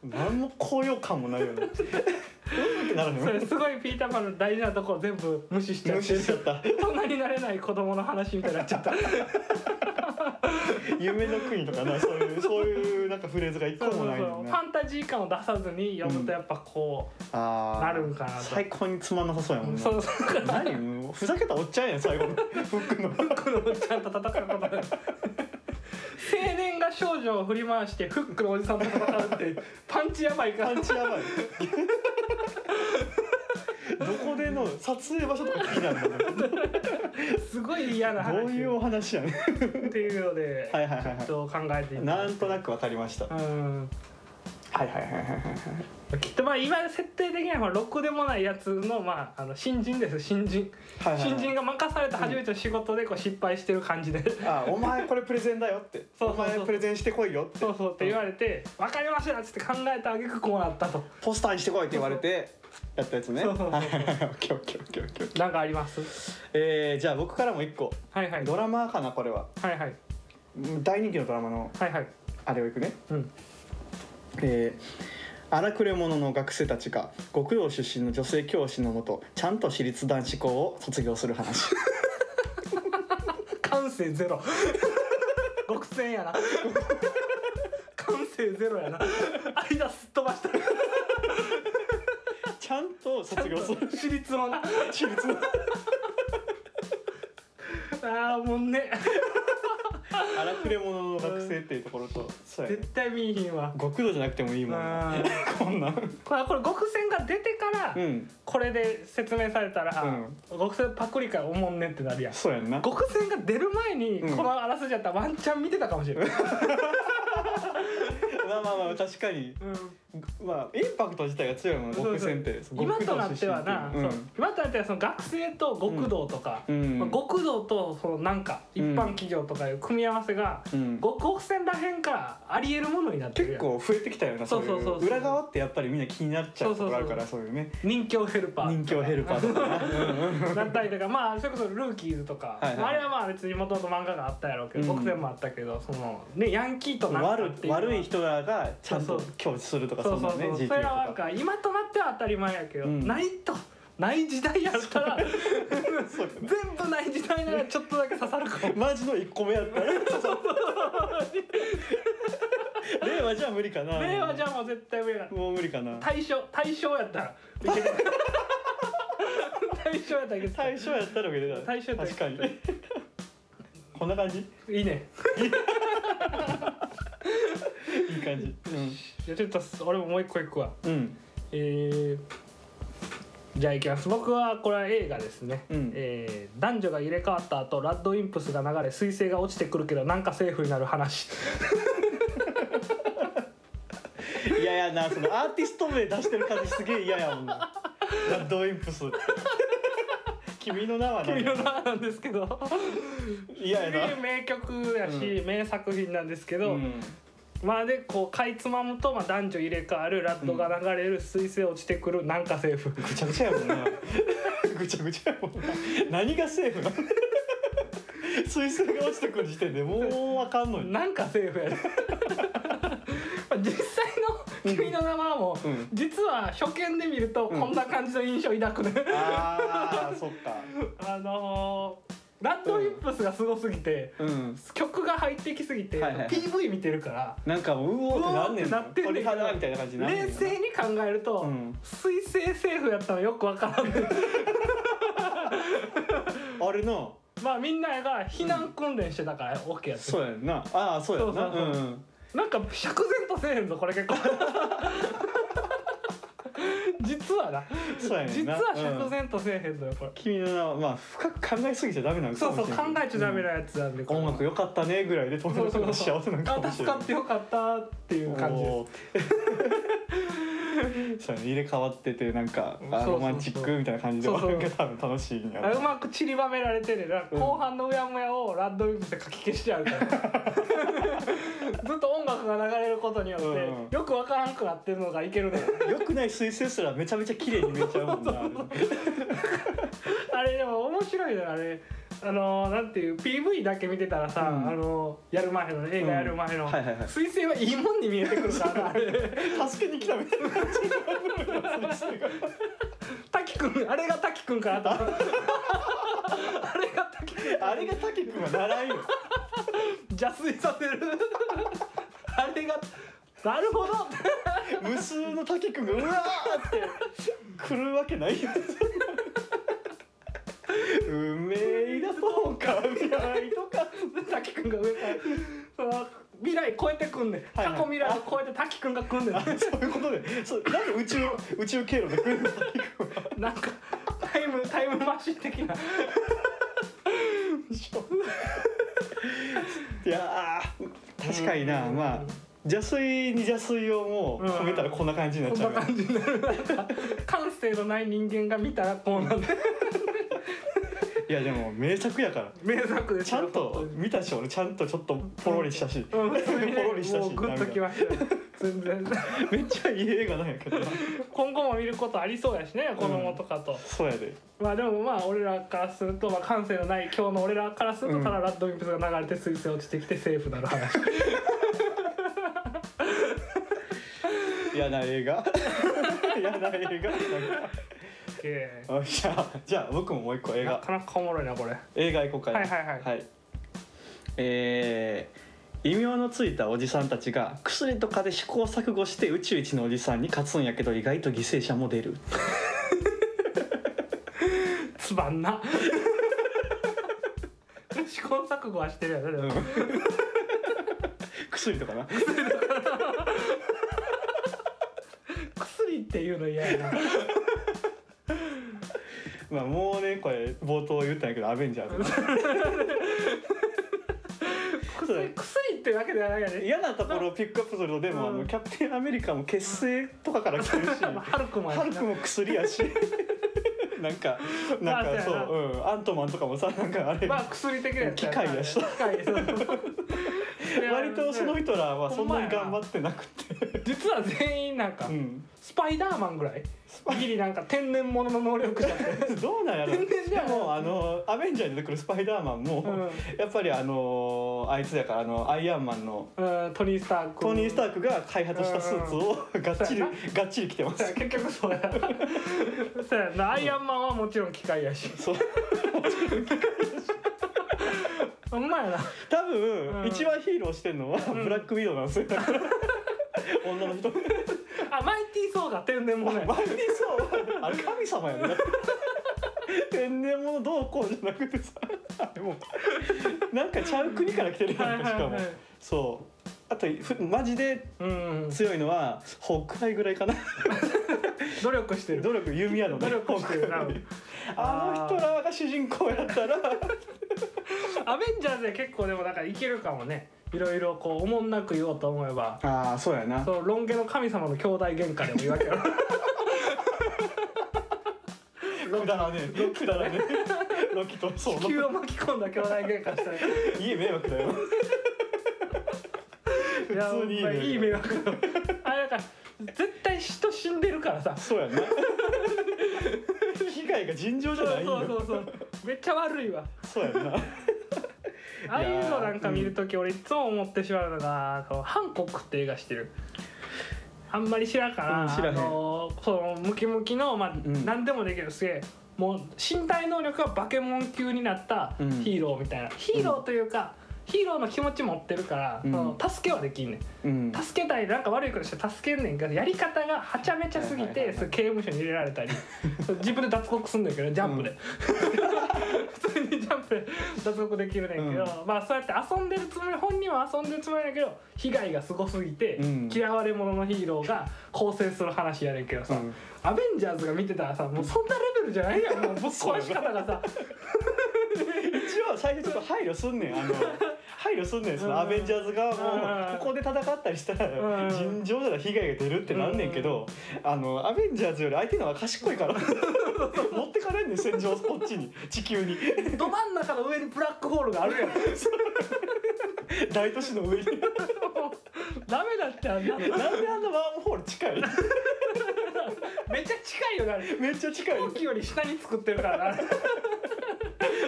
Speaker 1: 何も高揚感もないよねうんってなる
Speaker 2: それ
Speaker 1: ね
Speaker 2: すごいピーターパンの大事なところ全部無視しちゃっ
Speaker 1: 無
Speaker 2: て
Speaker 1: 視しちゃった
Speaker 2: 大人になれない子供の話みたいになっ ちゃった
Speaker 1: 夢の国とかなそういうそういうなんかフレーズが一個
Speaker 2: そうそうそ
Speaker 1: も
Speaker 2: うフ
Speaker 1: ないのね
Speaker 2: ァンタジー感を出さずに読むとやっぱこ
Speaker 1: あー
Speaker 2: なるんかなと
Speaker 1: 最高につまんなさそうや
Speaker 2: う、
Speaker 1: もんな
Speaker 2: そうそう
Speaker 1: 何もうふざけたおっちゃんやん最後の服の
Speaker 2: フックのおじさんと戦うことになる青年が少女を振り回してフックのおじさんと戦う ってパンチやばいから
Speaker 1: パンチやばいどこでの撮影場所とか気になるんだね
Speaker 2: すごい嫌な話
Speaker 1: どういうお話やねん
Speaker 2: っていうので、
Speaker 1: はいはいはい
Speaker 2: ちょっと考えてい
Speaker 1: はい
Speaker 2: き
Speaker 1: な
Speaker 2: ます
Speaker 1: んとなくわかりましたはい
Speaker 2: うん
Speaker 1: はいはいはいはい
Speaker 2: きっとまあ今設定的にはまあろくでもないやつのまああの新人です新人、
Speaker 1: はいはいはい
Speaker 2: 新人が任された初めての仕事でこう失敗してる感じで、
Speaker 1: あお前これプレゼンだよって
Speaker 2: そうそうそう
Speaker 1: お前プレゼンしてこいよって
Speaker 2: そうそうって言われて「分かりました」っつって考えたあげくこうなったと
Speaker 1: ポスターにしてこいって言われてやったやつね
Speaker 2: そうそうそう
Speaker 1: はいはいはいオッケーオッケーオッケーオッケー
Speaker 2: なんかあります
Speaker 1: えーじゃあ僕からも一個
Speaker 2: はいはい
Speaker 1: ドラマかなこれは
Speaker 2: はいはい
Speaker 1: うん大人気のドラマの
Speaker 2: はいはい
Speaker 1: あれをいくね
Speaker 2: うん
Speaker 1: えー荒くれ者の学生たちが極道出身の女性教師のもとちゃんと私立男子校を卒業する話
Speaker 2: 感性ゼロ極戦やな感性ゼロやな間すっ飛ばした
Speaker 1: ちゃんと卒業する
Speaker 2: 私立の な
Speaker 1: 私立の
Speaker 2: あーもうね
Speaker 1: 荒くれ者の学生っていうところとそうやね
Speaker 2: 絶対見えひんわ
Speaker 1: 極度じゃなくてもいいもんな
Speaker 2: あー
Speaker 1: こんなん
Speaker 2: これこれ極戦が出てか
Speaker 1: う
Speaker 2: ら、
Speaker 1: ん
Speaker 2: これで説明されたら、
Speaker 1: う
Speaker 2: 極戦パクリかおもんねんってなるやん
Speaker 1: そうやんな
Speaker 2: 極戦が出る前に、
Speaker 1: うん
Speaker 2: このあらすじやったらワンチャン見てたかも しれない、
Speaker 1: まあまあまあ確かにまあインパクト自体が強いもん
Speaker 2: そうそう
Speaker 1: 極戦ってそう
Speaker 2: 今
Speaker 1: 極
Speaker 2: と
Speaker 1: 道
Speaker 2: な
Speaker 1: 出身
Speaker 2: ってはな、
Speaker 1: いううん
Speaker 2: そう今となってはその学生と極道とか、
Speaker 1: うん
Speaker 2: まあ、極道とそのなんか一般企業とかいう組み合わせが、
Speaker 1: うん
Speaker 2: 極極戦らへんからありえるものになってる
Speaker 1: 結
Speaker 2: やん
Speaker 1: 構増えてきたよなそうい
Speaker 2: そうそ
Speaker 1: う
Speaker 2: うそうそう
Speaker 1: 裏側ってやっぱりみんな気になっちゃうところあるからそういうね
Speaker 2: 人気ヘルパー
Speaker 1: 人気をヘルパーとか な
Speaker 2: だったりとかまあそれこそ「ルーキーズ」とか、
Speaker 1: はいはい
Speaker 2: まああれはまあ別にもともと漫画があったやろうけど、
Speaker 1: うん
Speaker 2: 極戦もあったけどその、ね、ヤンキーとなんか
Speaker 1: 悪
Speaker 2: っていうのは
Speaker 1: 悪い人らがちゃんと
Speaker 2: そうそう
Speaker 1: 拒否するとか
Speaker 2: そ
Speaker 1: そ
Speaker 2: うんそう
Speaker 1: な
Speaker 2: そう、
Speaker 1: ね GTO
Speaker 2: それはなん
Speaker 1: とか
Speaker 2: か今となっては当たり前やけど、
Speaker 1: うん
Speaker 2: ないとない時代やった ら
Speaker 1: そうやな
Speaker 2: 全部ない時代ならちょっとだけ刺さるかも
Speaker 1: マジの一個目やったら令和じゃ無理かな
Speaker 2: 令和じゃもう絶対無理だ
Speaker 1: もう無理かな
Speaker 2: 対象対象や ったらいける対象やったらいける
Speaker 1: 対象やったら受けてた
Speaker 2: 対象やったら
Speaker 1: 確かにこんな感じ
Speaker 2: いいね
Speaker 1: いい感じ
Speaker 2: じゃあちょっと俺ももう一個いくわ
Speaker 1: うんうん
Speaker 2: えーじゃあいきます僕はこれは映画ですね、
Speaker 1: うん
Speaker 2: えー男女が入れ替わった後ラッドインプスが流れ彗星が落ちてくるけどなんかセーフになる話
Speaker 1: いややなそのアーティスト名出してる感じすげえ嫌やもんなラッドインプスって君の名は何
Speaker 2: いろいろなんですけど
Speaker 1: 嫌や
Speaker 2: すげ
Speaker 1: な
Speaker 2: え名曲やし、名作品なんですけど、
Speaker 1: うん
Speaker 2: まあでこうかいつまむと、まあ、男女入れ替わるラッドが流れる彗星落ちてくるなんかセーフ
Speaker 1: ぐちゃぐちゃやもんなぐちゃぐちゃやもんな何がセーフなの 水槽が落ちてくる時点でもうわかんのに
Speaker 2: なんかセ ーフやねまあ実際の君の名前も、
Speaker 1: うん
Speaker 2: 実は初見で見るとこんな感じの印象抱くね、
Speaker 1: ああそっか
Speaker 2: あのー、ラッドウィップスがすごすぎて、
Speaker 1: うん
Speaker 2: 曲が入ってきすぎて、
Speaker 1: はいはいはい
Speaker 2: PV 見てるから
Speaker 1: なんかもううおーってなんねん
Speaker 2: うおーってなってんねん
Speaker 1: 鳥肌みたいな感じになんねんな
Speaker 2: 冷静に考えると、
Speaker 1: うん
Speaker 2: 水星政府やったのよくわからんね
Speaker 1: あれな
Speaker 2: まあみんなが避難訓練してたから OK やって
Speaker 1: そうやんなああそうやんな
Speaker 2: そうそうそ
Speaker 1: うん
Speaker 2: なんか釈然とせえへんぞこれ結構 実はな
Speaker 1: そうやねん
Speaker 2: 実
Speaker 1: な
Speaker 2: は釈然とせえへんぞよこれ、
Speaker 1: 君の名はまあ深く考えすぎちゃダメなのか
Speaker 2: そう
Speaker 1: もし
Speaker 2: そ
Speaker 1: れ
Speaker 2: う
Speaker 1: ない
Speaker 2: 考えちゃダメなやつなんで、これ
Speaker 1: 音楽良かったねぐらいで友
Speaker 2: そう
Speaker 1: 達
Speaker 2: そ
Speaker 1: が
Speaker 2: うそう
Speaker 1: 幸せなんか
Speaker 2: あ
Speaker 1: もし
Speaker 2: 助
Speaker 1: れな
Speaker 2: か
Speaker 1: い
Speaker 2: ってよかったって いう感じです
Speaker 1: おーってそうやね入れ替わっててなんか
Speaker 2: うんそうそう
Speaker 1: あ
Speaker 2: そう
Speaker 1: ロマンチックみたいな感じで
Speaker 2: そうそう
Speaker 1: 終わるのが多分楽しいんや
Speaker 2: あう
Speaker 1: ろ
Speaker 2: まく散りばめられてるな、
Speaker 1: うん
Speaker 2: 後半のうやむやをラッドウィップで書き消しちゃうから ずっと音楽が流れることによって、
Speaker 1: うん
Speaker 2: よくわからんくなってるのがいけるね
Speaker 1: よくない水星すらめちゃめちゃ綺麗に見えちゃうもんな
Speaker 2: あれでも面白いのよあれあのーなんていう PV だけ見てたらさ、
Speaker 1: うん
Speaker 2: あのーやる前の映画やる前の、
Speaker 1: うんはいはいはい
Speaker 2: 彗星はいいもんに見えてくるからな あれ
Speaker 1: 助けに来たみたいな感じになるのよ水星が
Speaker 2: 滝くんあれが滝くんか なと思ったあれが滝くん
Speaker 1: あれが滝君は習いよ
Speaker 2: 邪推させるあれがなるほど
Speaker 1: 無数の滝君がうわーって来るわけないようめいだそう かみたいとか
Speaker 2: 滝くんが上からその未来超えてくんねん、
Speaker 1: はいはい
Speaker 2: 過去未来を超えて滝くんが来んねん
Speaker 1: そういうことでそうなんで宇宙宇宙経路で来るの滝君は
Speaker 2: なんかタイムタイムマシン的ない
Speaker 1: やー確かにな、
Speaker 2: うん
Speaker 1: まあ邪水に邪水をもう込めたらこんな感じになっ
Speaker 2: こん
Speaker 1: ちゃ
Speaker 2: な
Speaker 1: うよ、
Speaker 2: 感じになるなんか感性のない人間が見たらこうなんで
Speaker 1: いやでも名作やから
Speaker 2: 名作です
Speaker 1: ちゃ
Speaker 2: よ
Speaker 1: んと
Speaker 2: 本
Speaker 1: 見たし俺ちゃんとちょっとポロリした し、
Speaker 2: 当にうん普通に
Speaker 1: ポロリしたし
Speaker 2: もうグッときましたよ全然
Speaker 1: めっちゃいい映画なんやけどな
Speaker 2: 今後も見ることありそうやしね子供とかと、
Speaker 1: そうやで
Speaker 2: まあでもまあ俺らからすると、まあ、感性のない今日の俺らからすると、
Speaker 1: うん
Speaker 2: ただラッドウィンプスが流れて彗星落ちてきてセーフなる話
Speaker 1: 嫌な映画 嫌な映
Speaker 2: え
Speaker 1: 画なんかあじゃあじゃあ僕ももう一個映
Speaker 2: ーな
Speaker 1: 画
Speaker 2: かなかおもろいなこれ
Speaker 1: 映画行こうかな
Speaker 2: はいはいはい
Speaker 1: えー異名のついたおじさんたちが薬とかで試行錯誤して宇宙一のおじさんに勝つんやけど意外と犠牲者も出る
Speaker 2: つまんな 試行錯誤はしてるやろでも
Speaker 1: 薬とかな
Speaker 2: 薬っていうの嫌やな
Speaker 1: まあもうねこれ冒頭言ったんやけどアベンジャーズ
Speaker 2: 薬薬ってわけではないよね
Speaker 1: 嫌なところをピックアップするとでも、
Speaker 2: うん
Speaker 1: あのキャプテンアメリカも結成とかから来てるし
Speaker 2: まあハルクもやし
Speaker 1: ハ
Speaker 2: な
Speaker 1: ルクも薬やしなんかなん
Speaker 2: まあ
Speaker 1: かそ
Speaker 2: そ
Speaker 1: う
Speaker 2: やな
Speaker 1: う、うん、アントマンとかもさなんかあれ、
Speaker 2: まあ薬的なやつ
Speaker 1: 機械やし
Speaker 2: 機械そういや
Speaker 1: 割とその人らはそんなに
Speaker 2: ほんまや
Speaker 1: 頑張
Speaker 2: な
Speaker 1: ってなくて、
Speaker 2: 実は全員なんか、
Speaker 1: うん、
Speaker 2: スパイダーマンぐらいギリなんか天然物の能力者って
Speaker 1: どうなんやろ
Speaker 2: 全然
Speaker 1: で
Speaker 2: 違う
Speaker 1: もあのアベンジャーに出てくるスパイダーマンも、
Speaker 2: う
Speaker 1: やっぱりあのあいつやからあのアイアンマンの
Speaker 2: うんトニー・スターク
Speaker 1: トニー・スタークが開発したスーツをがっちり
Speaker 2: そう
Speaker 1: がっちり着てま
Speaker 2: そう
Speaker 1: す
Speaker 2: や結局そうや なそうやなアイアンマンはもちろん機械や し
Speaker 1: そう
Speaker 2: ほんまやな
Speaker 1: 多分、
Speaker 2: うん
Speaker 1: 一番ヒーローしてるのは
Speaker 2: ん
Speaker 1: ブラックウィドウなんですよ、女の人
Speaker 2: あマイティー・ソーが天然物や
Speaker 1: マイティソーはあれ神様やね天然物どうこうじゃなくてさあれもうなんかちゃう国から来てるやんかしかも、
Speaker 2: はいはいはい
Speaker 1: そうあとふマジで
Speaker 2: うん
Speaker 1: 強いのは北海ぐらいかな
Speaker 2: 努力してる
Speaker 1: 努力弓矢のね
Speaker 2: 努力してるな
Speaker 1: 北海あの人らが主人公やったら
Speaker 2: アベンジャーズで結構でもなんかいけるかもねいろいろこうおもんなく言おうと思えば
Speaker 1: ああそうやな
Speaker 2: そのロン毛の神様の兄弟喧嘩でもいいわけ やろ
Speaker 1: ロキだらねロキだらねロキとそう
Speaker 2: 地球を巻き込んだ兄弟喧嘩したら
Speaker 1: いい迷惑だよ
Speaker 2: い や
Speaker 1: 普通にいい
Speaker 2: ほんま
Speaker 1: 迷惑
Speaker 2: いい迷惑だあれだから絶対人死んでるからさ
Speaker 1: そうやな被害が尋常じ
Speaker 2: そ
Speaker 1: ゃ
Speaker 2: う
Speaker 1: ないんだ
Speaker 2: そ
Speaker 1: よ
Speaker 2: うそうそうめっちゃ悪いわ
Speaker 1: そうやな
Speaker 2: ああいうのなんか見るとき俺いつも思ってしまうのが「あのハンコック」って映画してるあんまり知らんから、
Speaker 1: うん知らへん
Speaker 2: あのそのムキムキの、まあ
Speaker 1: ん
Speaker 2: 何でもできるすげえもう身体能力がバケモン級になったヒ
Speaker 1: うん
Speaker 2: ーローみたいな、ヒーローというか、ヒーローの気持ち持ってるから、
Speaker 1: うん
Speaker 2: その助けはできんねん
Speaker 1: うん
Speaker 2: 助けたりなんか悪いことして助けんねんけどやり方がはちゃめちゃすぎ
Speaker 1: はいはいはいは
Speaker 2: て
Speaker 1: い
Speaker 2: その刑務所に入れられたり自分で脱獄すんだ けどジャンプで、普通にジャンプで脱獄できるねんけど、まあそうやって遊んでるつもり本人は遊んでるつもりだけど被害がすごすぎて、
Speaker 1: うん
Speaker 2: 嫌われ者のヒーローが構成する話やねんけどさ、
Speaker 1: うん
Speaker 2: アベンジャーズが見てたらさもう そんなレベルじゃないやんもうぶっ壊し方がさ
Speaker 1: 一応最初ちょっと配慮すんねんあの配慮すんねんそのアベンジャーズ側
Speaker 2: うん
Speaker 1: もここで戦ったりした
Speaker 2: う
Speaker 1: ら
Speaker 2: ん
Speaker 1: 尋常なら被害が出るってなんねんけどあのアベンジャーズより相手の方が賢 いから持ってかれんねん戦場こっちに地球に
Speaker 2: ど真ん中の上にブラックホールがあるやん
Speaker 1: 大都市の上に
Speaker 2: ダメだってあんな
Speaker 1: なんであんなワームホール近い
Speaker 2: めっちゃ近いよねあれ
Speaker 1: めっちゃ近い
Speaker 2: 飛行機より下に作ってるからな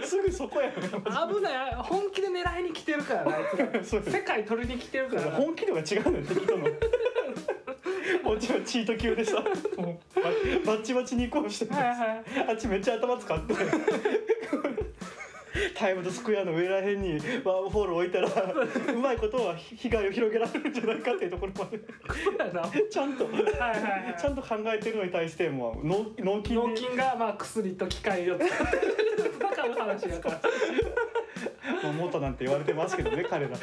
Speaker 1: すぐそこや
Speaker 2: 危ない本気で狙いに来てるからなあいつ
Speaker 1: そう
Speaker 2: ら世界取りに来てるからな
Speaker 1: 本気度が違うのよ敵と のこっちはチート級でさもうバッチバチに行こうしてる
Speaker 2: はいはい
Speaker 1: あっちめっちゃ頭使って タイムズスクエアの上らへんにワームホール置いたらうまいことは被害を広げられるんじゃないかっていうところまで
Speaker 2: そうやなはい
Speaker 1: ちゃんと
Speaker 2: はいはい
Speaker 1: ちゃんと考えてるのに対してもう脳脳筋
Speaker 2: 脳
Speaker 1: で
Speaker 2: 筋がまあ薬と機械を使って戦う話やから
Speaker 1: まあ元なんて言われてますけどね彼ら地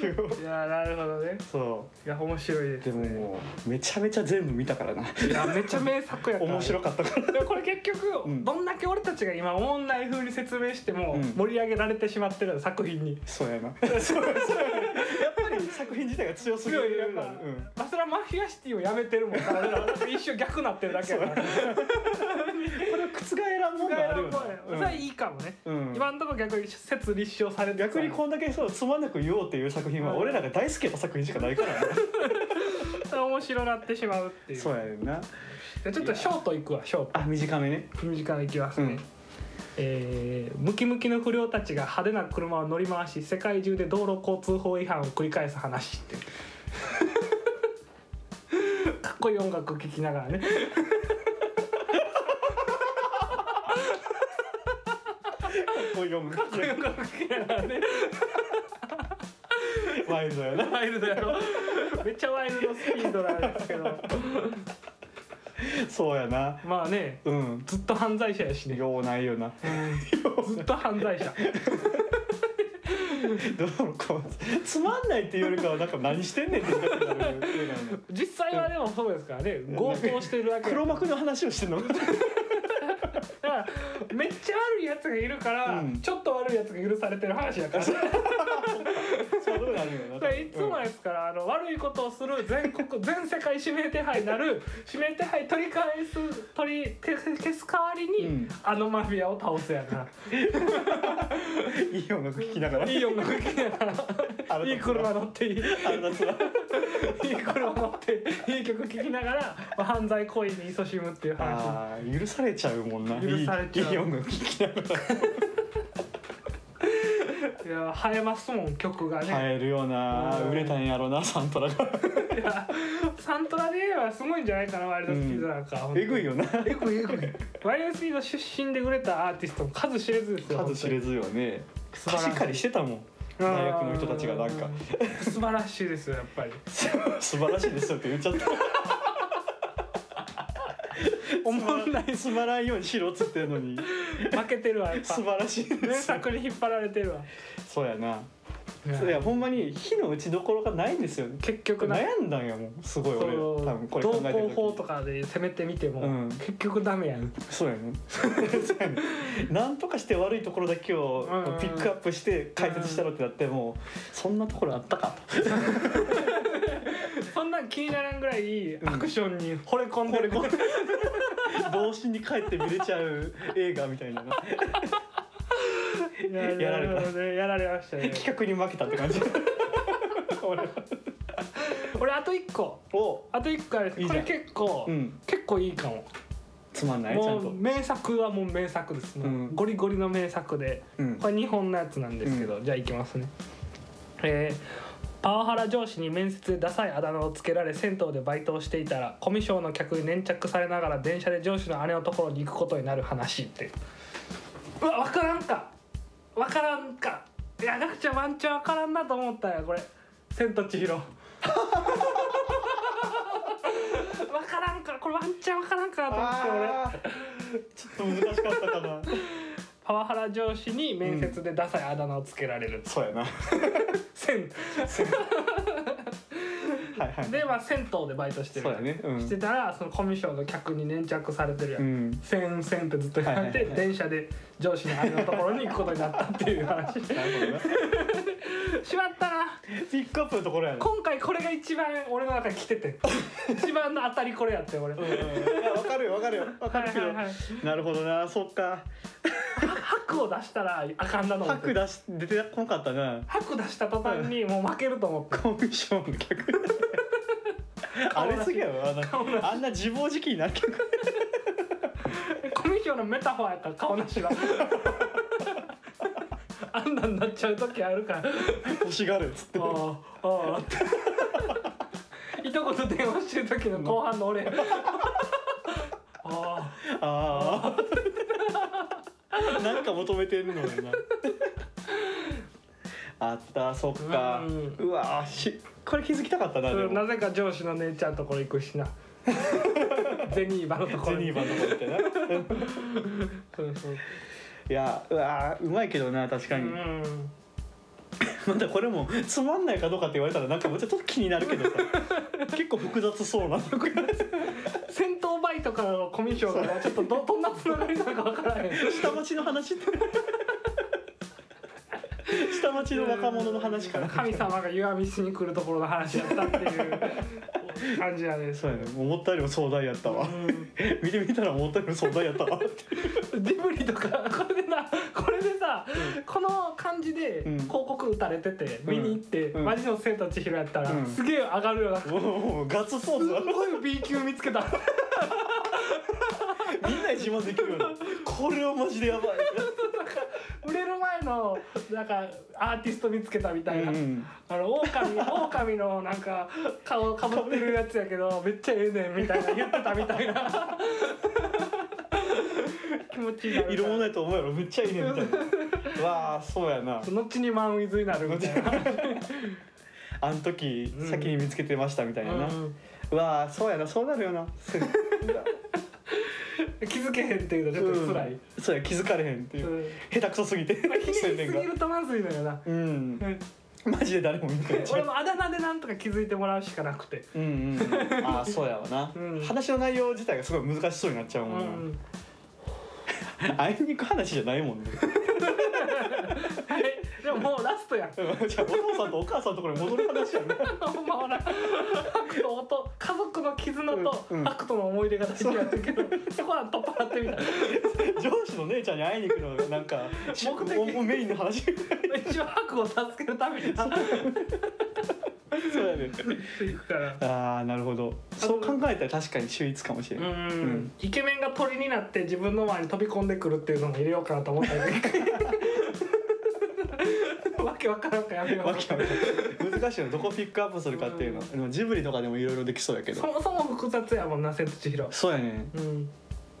Speaker 1: 球を
Speaker 2: いやーなるほどね
Speaker 1: そ
Speaker 2: いや面白いで
Speaker 1: うでももうめちゃめちゃ全部見たからな
Speaker 2: すいやめちゃ名作やから
Speaker 1: 面白かったから
Speaker 2: でもこれ結局、
Speaker 1: うん
Speaker 2: どんだけ俺たちが今オンライン風に説明しても
Speaker 1: うん
Speaker 2: 盛り上げられてしまってる作品に
Speaker 1: そうやな そうややっぱり作品自体が強すぎ
Speaker 2: 強いやっ
Speaker 1: る
Speaker 2: ぱ、
Speaker 1: うん
Speaker 2: まあそれはマフィアシティをやめてるもん俺ら一瞬逆なってるだけやから
Speaker 1: これは覆らんもんがあるよな
Speaker 2: それはいいかもね、
Speaker 1: うん
Speaker 2: 今のところ逆に説立証されて
Speaker 1: 逆にこんだけそうつまんなく言おうっていう作品は俺らが大好きな作品しかないからね
Speaker 2: 面白なってしまうってい う
Speaker 1: そうやねんな
Speaker 2: じゃあちょっとショートいくわショー
Speaker 1: あ短めね
Speaker 2: ト短いきますね、
Speaker 1: うん
Speaker 2: えームキムキの不良たちが派手な車を乗り回し世界中で道路交通法違反を繰り返す話 っていうかっこいい音楽聴きながらね
Speaker 1: こういう音楽
Speaker 2: かっこいい音楽聴きながらね
Speaker 1: まワイルドやな
Speaker 2: ワイルドやろめっちゃワイルドスピードなんですけど
Speaker 1: そうやな
Speaker 2: まあね
Speaker 1: うん
Speaker 2: ずっと犯罪者やしね
Speaker 1: ようないよな
Speaker 2: ずっと犯罪者
Speaker 1: どうこうつまんないっていうよりかはなんか何してんねんって言いたくなるような
Speaker 2: 実際はでもそうですからね強盗してるわけだ
Speaker 1: 黒幕の話をしてんの
Speaker 2: からめっちゃ悪いやつがいるから、
Speaker 1: うん
Speaker 2: ちょっと悪いやつが許されてる 話やから
Speaker 1: そういうのあるよ
Speaker 2: だ
Speaker 1: な
Speaker 2: からいつもですから、あの悪いことをする 全国全世界指名手配なる指名手配取り返す取り消す消す代わりに、
Speaker 1: うん
Speaker 2: あのマフィアを倒すやな
Speaker 1: い い音楽聴きながら
Speaker 2: いい音楽聴きなが
Speaker 1: あ
Speaker 2: ら
Speaker 1: の
Speaker 2: いい車乗っていいいい
Speaker 1: あれだつ な
Speaker 2: 車乗っていい曲聴きながらまあ犯罪行為に勤しむっていう話
Speaker 1: あー許されちゃうもんな
Speaker 2: 許されちゃう
Speaker 1: いいいい音楽聴きながら
Speaker 2: いや映えますもん曲がね、
Speaker 1: 買えるよな
Speaker 2: うん
Speaker 1: 売れたんやろなサントラが
Speaker 2: いやサントラで言えばすごいんじゃないかなワイルドスピードなんか、本当に
Speaker 1: えぐいよな
Speaker 2: えぐいえぐいワイルドスピード出身で売れたアーティストも数知れずですよ
Speaker 1: 数知れ
Speaker 2: ず
Speaker 1: ずよね
Speaker 2: 素晴
Speaker 1: 貸
Speaker 2: らしい
Speaker 1: し借りしてたもん大学の人たちがなんか
Speaker 2: 素晴らしいですよやっぱり
Speaker 1: 素晴らしいですよって言っちゃった
Speaker 2: おもんない
Speaker 1: つまらんようにしろっつってんのに
Speaker 2: 負けてるわやっぱ
Speaker 1: 素晴らしいで
Speaker 2: 名
Speaker 1: すよ
Speaker 2: 作に引っ張られてるわ
Speaker 1: そうやなそういやほんまに火の打ちどころがないんですよ
Speaker 2: 結局な
Speaker 1: 悩んだんやもんすごい
Speaker 2: そ
Speaker 1: 俺多分こ
Speaker 2: の
Speaker 1: れ考
Speaker 2: 同
Speaker 1: えてる
Speaker 2: 行法とかで攻めてみても、
Speaker 1: うん
Speaker 2: 結局ダメやん
Speaker 1: そうやね そうやねなんとかして悪いところだけを
Speaker 2: うんうん
Speaker 1: ピックアップして解説したろってなってもそんなところあったか と
Speaker 2: そんなん気にならんぐらいアクションに惚れ込んでる、
Speaker 1: 童心に帰って見れちゃう映画みたいな
Speaker 2: いや
Speaker 1: やられた
Speaker 2: なほどねやられましたね
Speaker 1: 企画に負けたって感 じ俺は
Speaker 2: 俺あと一個
Speaker 1: お
Speaker 2: あと一個あれです
Speaker 1: いい
Speaker 2: こ
Speaker 1: じゃん
Speaker 2: れ結構、
Speaker 1: うん
Speaker 2: 結構いいかも
Speaker 1: つまんないちゃ
Speaker 2: も
Speaker 1: ん
Speaker 2: う
Speaker 1: と
Speaker 2: 名作はもう名作です、もう
Speaker 1: うん
Speaker 2: ゴリゴリの名作で
Speaker 1: うん
Speaker 2: これ日本のやつなんですけど、じゃあいきますねえーパワハラ上司に面接でダサいあだ名をつけられ銭湯でバイトをしていたらコミュ障の客に粘着されながら電車で上司の姉のところに行くことになる話ってうわ分からんか分からんかいやなくちゃワンチャン分からんなと思ったよこれ「千と 千尋」分からんかこれワンチャン分からんかなと思って俺。
Speaker 1: あーちょっと難しかったかな
Speaker 2: パワハラ上司に面接でダサいあだ名をつけられる、
Speaker 1: そうやなは
Speaker 2: 銭
Speaker 1: いはい
Speaker 2: でまあ銭湯でバイトしてる
Speaker 1: そうやねうん
Speaker 2: してたらそのコミュ障の客に粘着されてるや
Speaker 1: うんん
Speaker 2: 「千、千」ってずっと言われて、
Speaker 1: はいはいはい
Speaker 2: 電車で上司の姉のところに行くことになったっていう話
Speaker 1: なるほどな
Speaker 2: しまったな
Speaker 1: ピックアップのところやね
Speaker 2: 今回これが一番俺の中に来て て一番の当たりこれやって俺、
Speaker 1: うんうんいやわかるよわかるよわかるけど
Speaker 2: はいはいはい
Speaker 1: なるほどなそっか
Speaker 2: 白を出したらあかんだと思って
Speaker 1: 白出し出てこなかったな
Speaker 2: 白出した途端にもう負けると思って
Speaker 1: コミュ障の客あれすぎやろあんなあんな自暴自棄になる客
Speaker 2: コミュ障のメタファーやから顔なしがあんなんなっちゃう時あるから
Speaker 1: 欲しがるっつって
Speaker 2: ああああっていとこと電話してる時の後半の俺ああ
Speaker 1: ああなんか求めてんのよなあったそっか
Speaker 2: うん
Speaker 1: うわーしこれ気づきたかったなでも
Speaker 2: なぜか上司の姉ちゃんところ行くしなゼニーバのとこ
Speaker 1: ゼ
Speaker 2: ろ
Speaker 1: ニ
Speaker 2: に
Speaker 1: ーバのとこ行ってない
Speaker 2: そうそう
Speaker 1: やうわーうまいけどな確か
Speaker 2: う
Speaker 1: に、
Speaker 2: ん
Speaker 1: またこれもつまんないかどうかって言われたらなんかもうちょっと気になるけどさ結構複雑そうな
Speaker 2: 戦闘バイトからのコミュ障がちょっとどどんなつながりなのかわからへん
Speaker 1: 下町の話 って下町の若者の話かな
Speaker 2: 神様が湯あみしに来るところの話だったっていう 感じやね
Speaker 1: そうやね思ったよりも壮大やったわ見てみたら思ったよりも壮大やったわって
Speaker 2: ジブリとかこれでなこれでさ、この感じで
Speaker 1: うん
Speaker 2: 広告打たれてて、
Speaker 1: ん
Speaker 2: 見に行って、
Speaker 1: うん
Speaker 2: マジの千と千尋やったら、
Speaker 1: うん
Speaker 2: すげえ上がるよな、す
Speaker 1: もうもうガッツポーズだ
Speaker 2: ごい B 級見つけた
Speaker 1: みんなに自慢できるようなこれはマジでやばい
Speaker 2: 売れる前のなんかアーティスト見つけたみたいな、
Speaker 1: うん
Speaker 2: あの狼狼のなんか顔かぶってるやつやけどめっちゃええねんみたいな言ってたみたいな 気持ちいいなみたいな
Speaker 1: 色物やと思うやろめっちゃいいねみたいなわあそうやな
Speaker 2: 後にマンウィズになるみたいな
Speaker 1: あん時
Speaker 2: うん
Speaker 1: 先に見つけてましたみたいなな、う
Speaker 2: うん
Speaker 1: わーそうやなそうなるよな
Speaker 2: 気づけへんっていうのはちょっと辛い、
Speaker 1: そうや気づかれへんっていう、
Speaker 2: うん
Speaker 1: 下手くそすぎ て
Speaker 2: まあ、ひねりす
Speaker 1: 宣
Speaker 2: ぎ
Speaker 1: 伝が
Speaker 2: るとまずいのよな、
Speaker 1: うん
Speaker 2: うん
Speaker 1: マジで誰も見てない
Speaker 2: 俺もあだ名でなんとか気づいてもらうしかなくて、
Speaker 1: うんうん ああそうやわな、
Speaker 2: うん
Speaker 1: 話の内容自体がすごい難しそうになっちゃう
Speaker 2: う
Speaker 1: もんな、
Speaker 2: ん、
Speaker 1: あいにく話じゃないもんね
Speaker 2: はいでももうラストやん
Speaker 1: じゃあお父さんとお母さんのところに戻る話や ね
Speaker 2: ほんまほら悪と音家族の絆と
Speaker 1: うんうん
Speaker 2: 悪との思い出が大事やったけど、そこは取っ払ってみた
Speaker 1: 上司の姉ちゃんに会いに行くのなんか
Speaker 2: 目的
Speaker 1: おおメインの 話
Speaker 2: 一応悪を助けるためにな
Speaker 1: そうやね
Speaker 2: っていくから
Speaker 1: ああなるほどそう考えたら確かに秀逸かもしれ
Speaker 2: うん
Speaker 1: ない、ん
Speaker 2: イケメンが鳥になって自分の前に飛び込んでくるっていうのも入れようかなと思ったけど一 回わけわからんからやめよう
Speaker 1: わけわかんない難しいのどこピックアップするかっていうの、
Speaker 2: うん
Speaker 1: でもジブリとかでもいろいろできそうやけ
Speaker 2: そ
Speaker 1: ど
Speaker 2: もそも複雑やもんな千と千尋
Speaker 1: そうやね
Speaker 2: うん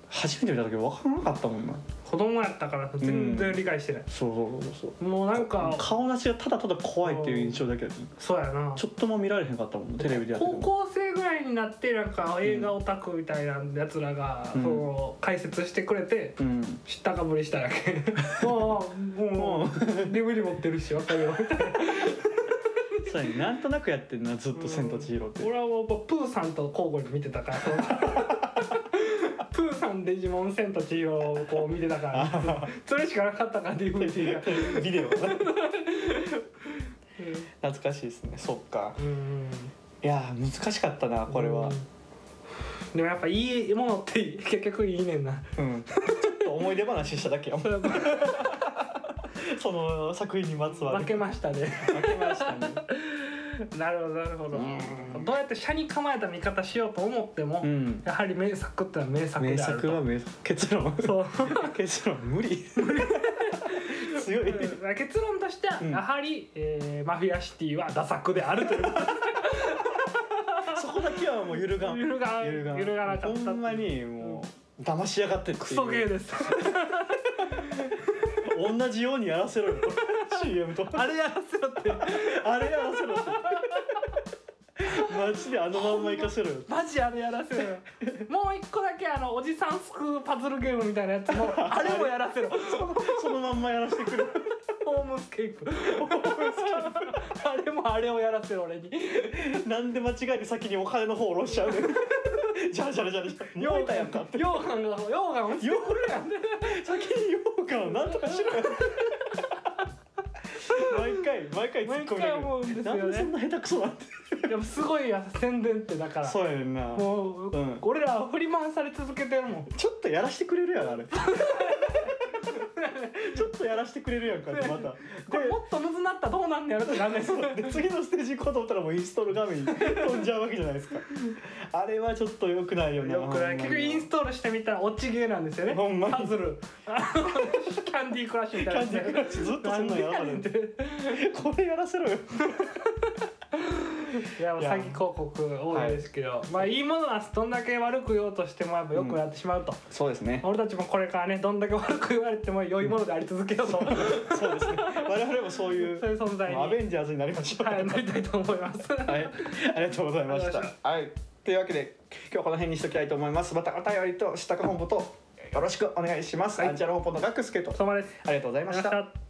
Speaker 1: 初めて見た時分からなかったもんな
Speaker 2: 子供やったから全然理解してない、
Speaker 1: そうそうそう
Speaker 2: もうなん
Speaker 1: そう
Speaker 2: か
Speaker 1: 顔なしがただただ怖いっていう印象だけど
Speaker 2: そうやな
Speaker 1: ちょっとも見られへんかったもんテレビでやってて
Speaker 2: 高
Speaker 1: も
Speaker 2: 校生ぐらいになってなんか映画オタクみたいなやつらが、
Speaker 1: うん
Speaker 2: その解説してくれて
Speaker 1: うん
Speaker 2: 知ったかぶりしただけああも
Speaker 1: も
Speaker 2: う DVD 持ってるしわかるよみたいな
Speaker 1: うそうやねなんとなくやってんなずっと「千と千尋」って
Speaker 2: 俺はもうプーさんと交互に見てたからプーさんデジモン千と千尋をこう見てたからそれしかなかったか ら DVD が
Speaker 1: ビデオ懐かしいですねそっか
Speaker 2: うん
Speaker 1: いやー難しかったなこれは
Speaker 2: うんでもやっぱいいものって結局いいねんな
Speaker 1: うんちょっと思い出話しただけやもんその作品にまつわる
Speaker 2: 負けましたね
Speaker 1: 負けましたね
Speaker 2: なるほどなるほど
Speaker 1: うん
Speaker 2: どうやって車に構えた見方しようと思っても、
Speaker 1: うん
Speaker 2: やはり名作ってのは名作
Speaker 1: 名
Speaker 2: であると
Speaker 1: 作は名作結論
Speaker 2: そう
Speaker 1: 結論無理 強い
Speaker 2: うん結論としては、
Speaker 1: うん
Speaker 2: やはり、えーマフィアシティはダ作であるという
Speaker 1: そこだけはもう揺るがん
Speaker 2: 揺るが
Speaker 1: 揺るがん
Speaker 2: 揺るがなかった
Speaker 1: ほんまにもう騙しやがってっていう
Speaker 2: クソゲー です
Speaker 1: 同じようにやらせろよ CM と
Speaker 2: あれやらせろって
Speaker 1: あれやらせろマジであのまんま行かせろよ
Speaker 2: マジあれやらせろよ もう一個だけあのおじさん救うパズルゲームみたいなやつもあれもやらせろ
Speaker 1: そのまんまやらせてくれ
Speaker 2: ホームスケープあれもあれをやらせろ俺に
Speaker 1: なんで間違えて先にお金の方下ろしちゃうねんじゃらじゃらじゃらじゃらもういたやんかって
Speaker 2: 溶岩が溶岩をしてくるやん
Speaker 1: 先に言おうからなんとかしろよ毎回毎回突っ込みだ
Speaker 2: 毎回思うんで
Speaker 1: けど
Speaker 2: すよね
Speaker 1: なんでそんな下手くそなんて
Speaker 2: でもすごいや宣伝ってだから
Speaker 1: そうやねんな
Speaker 2: もう、
Speaker 1: うん
Speaker 2: 俺らは振り回され続けてるもん
Speaker 1: ちょっとやらしてくれるやんあれ ちょっとやらしてくれるやんかってまた
Speaker 2: これもっとむずなったらどうなんねやろってなんねん
Speaker 1: で次のステージ行こうと思ったらもうインストール画面に飛んじゃうわけじゃないですかあれはちょっと良く ないよな
Speaker 2: よくない
Speaker 1: ほんま
Speaker 2: 結局
Speaker 1: に
Speaker 2: インストールしてみたら落ちゲーなんですよね
Speaker 1: ほんまに
Speaker 2: パズルキャンディークラッシュみたい
Speaker 1: キ
Speaker 2: な
Speaker 1: ャ
Speaker 2: や
Speaker 1: ンディークラッ
Speaker 2: つ
Speaker 1: シュずっとそんなんやら
Speaker 2: な
Speaker 1: さ
Speaker 2: んでや
Speaker 1: れ
Speaker 2: ねんって
Speaker 1: てこれやらせろよ
Speaker 2: いやもう
Speaker 1: いや
Speaker 2: 詐欺広告多いですけど、まあいいものはどんだけ悪く言おうとしてもやっぱよくやってしまうと、
Speaker 1: そうですね
Speaker 2: 俺たちもこれからねどんだけ悪く言われても良いものであり続けようと、
Speaker 1: そうですね我々もそういう
Speaker 2: そういう存在に、
Speaker 1: アベンジャーズになりましょう
Speaker 2: はい、なりたいと思い ます。
Speaker 1: はい、ありがとうございまし。
Speaker 2: ありがとうございました
Speaker 1: はい、というわけで、今日はこの辺にしときたいと思います。またお便りと、したか本舗と、よろしくお願いします。
Speaker 2: はい
Speaker 1: アンチャル本舗のガックスケと、
Speaker 2: お疲れ様です。
Speaker 1: ありがとうございました
Speaker 2: ありがとうございま。した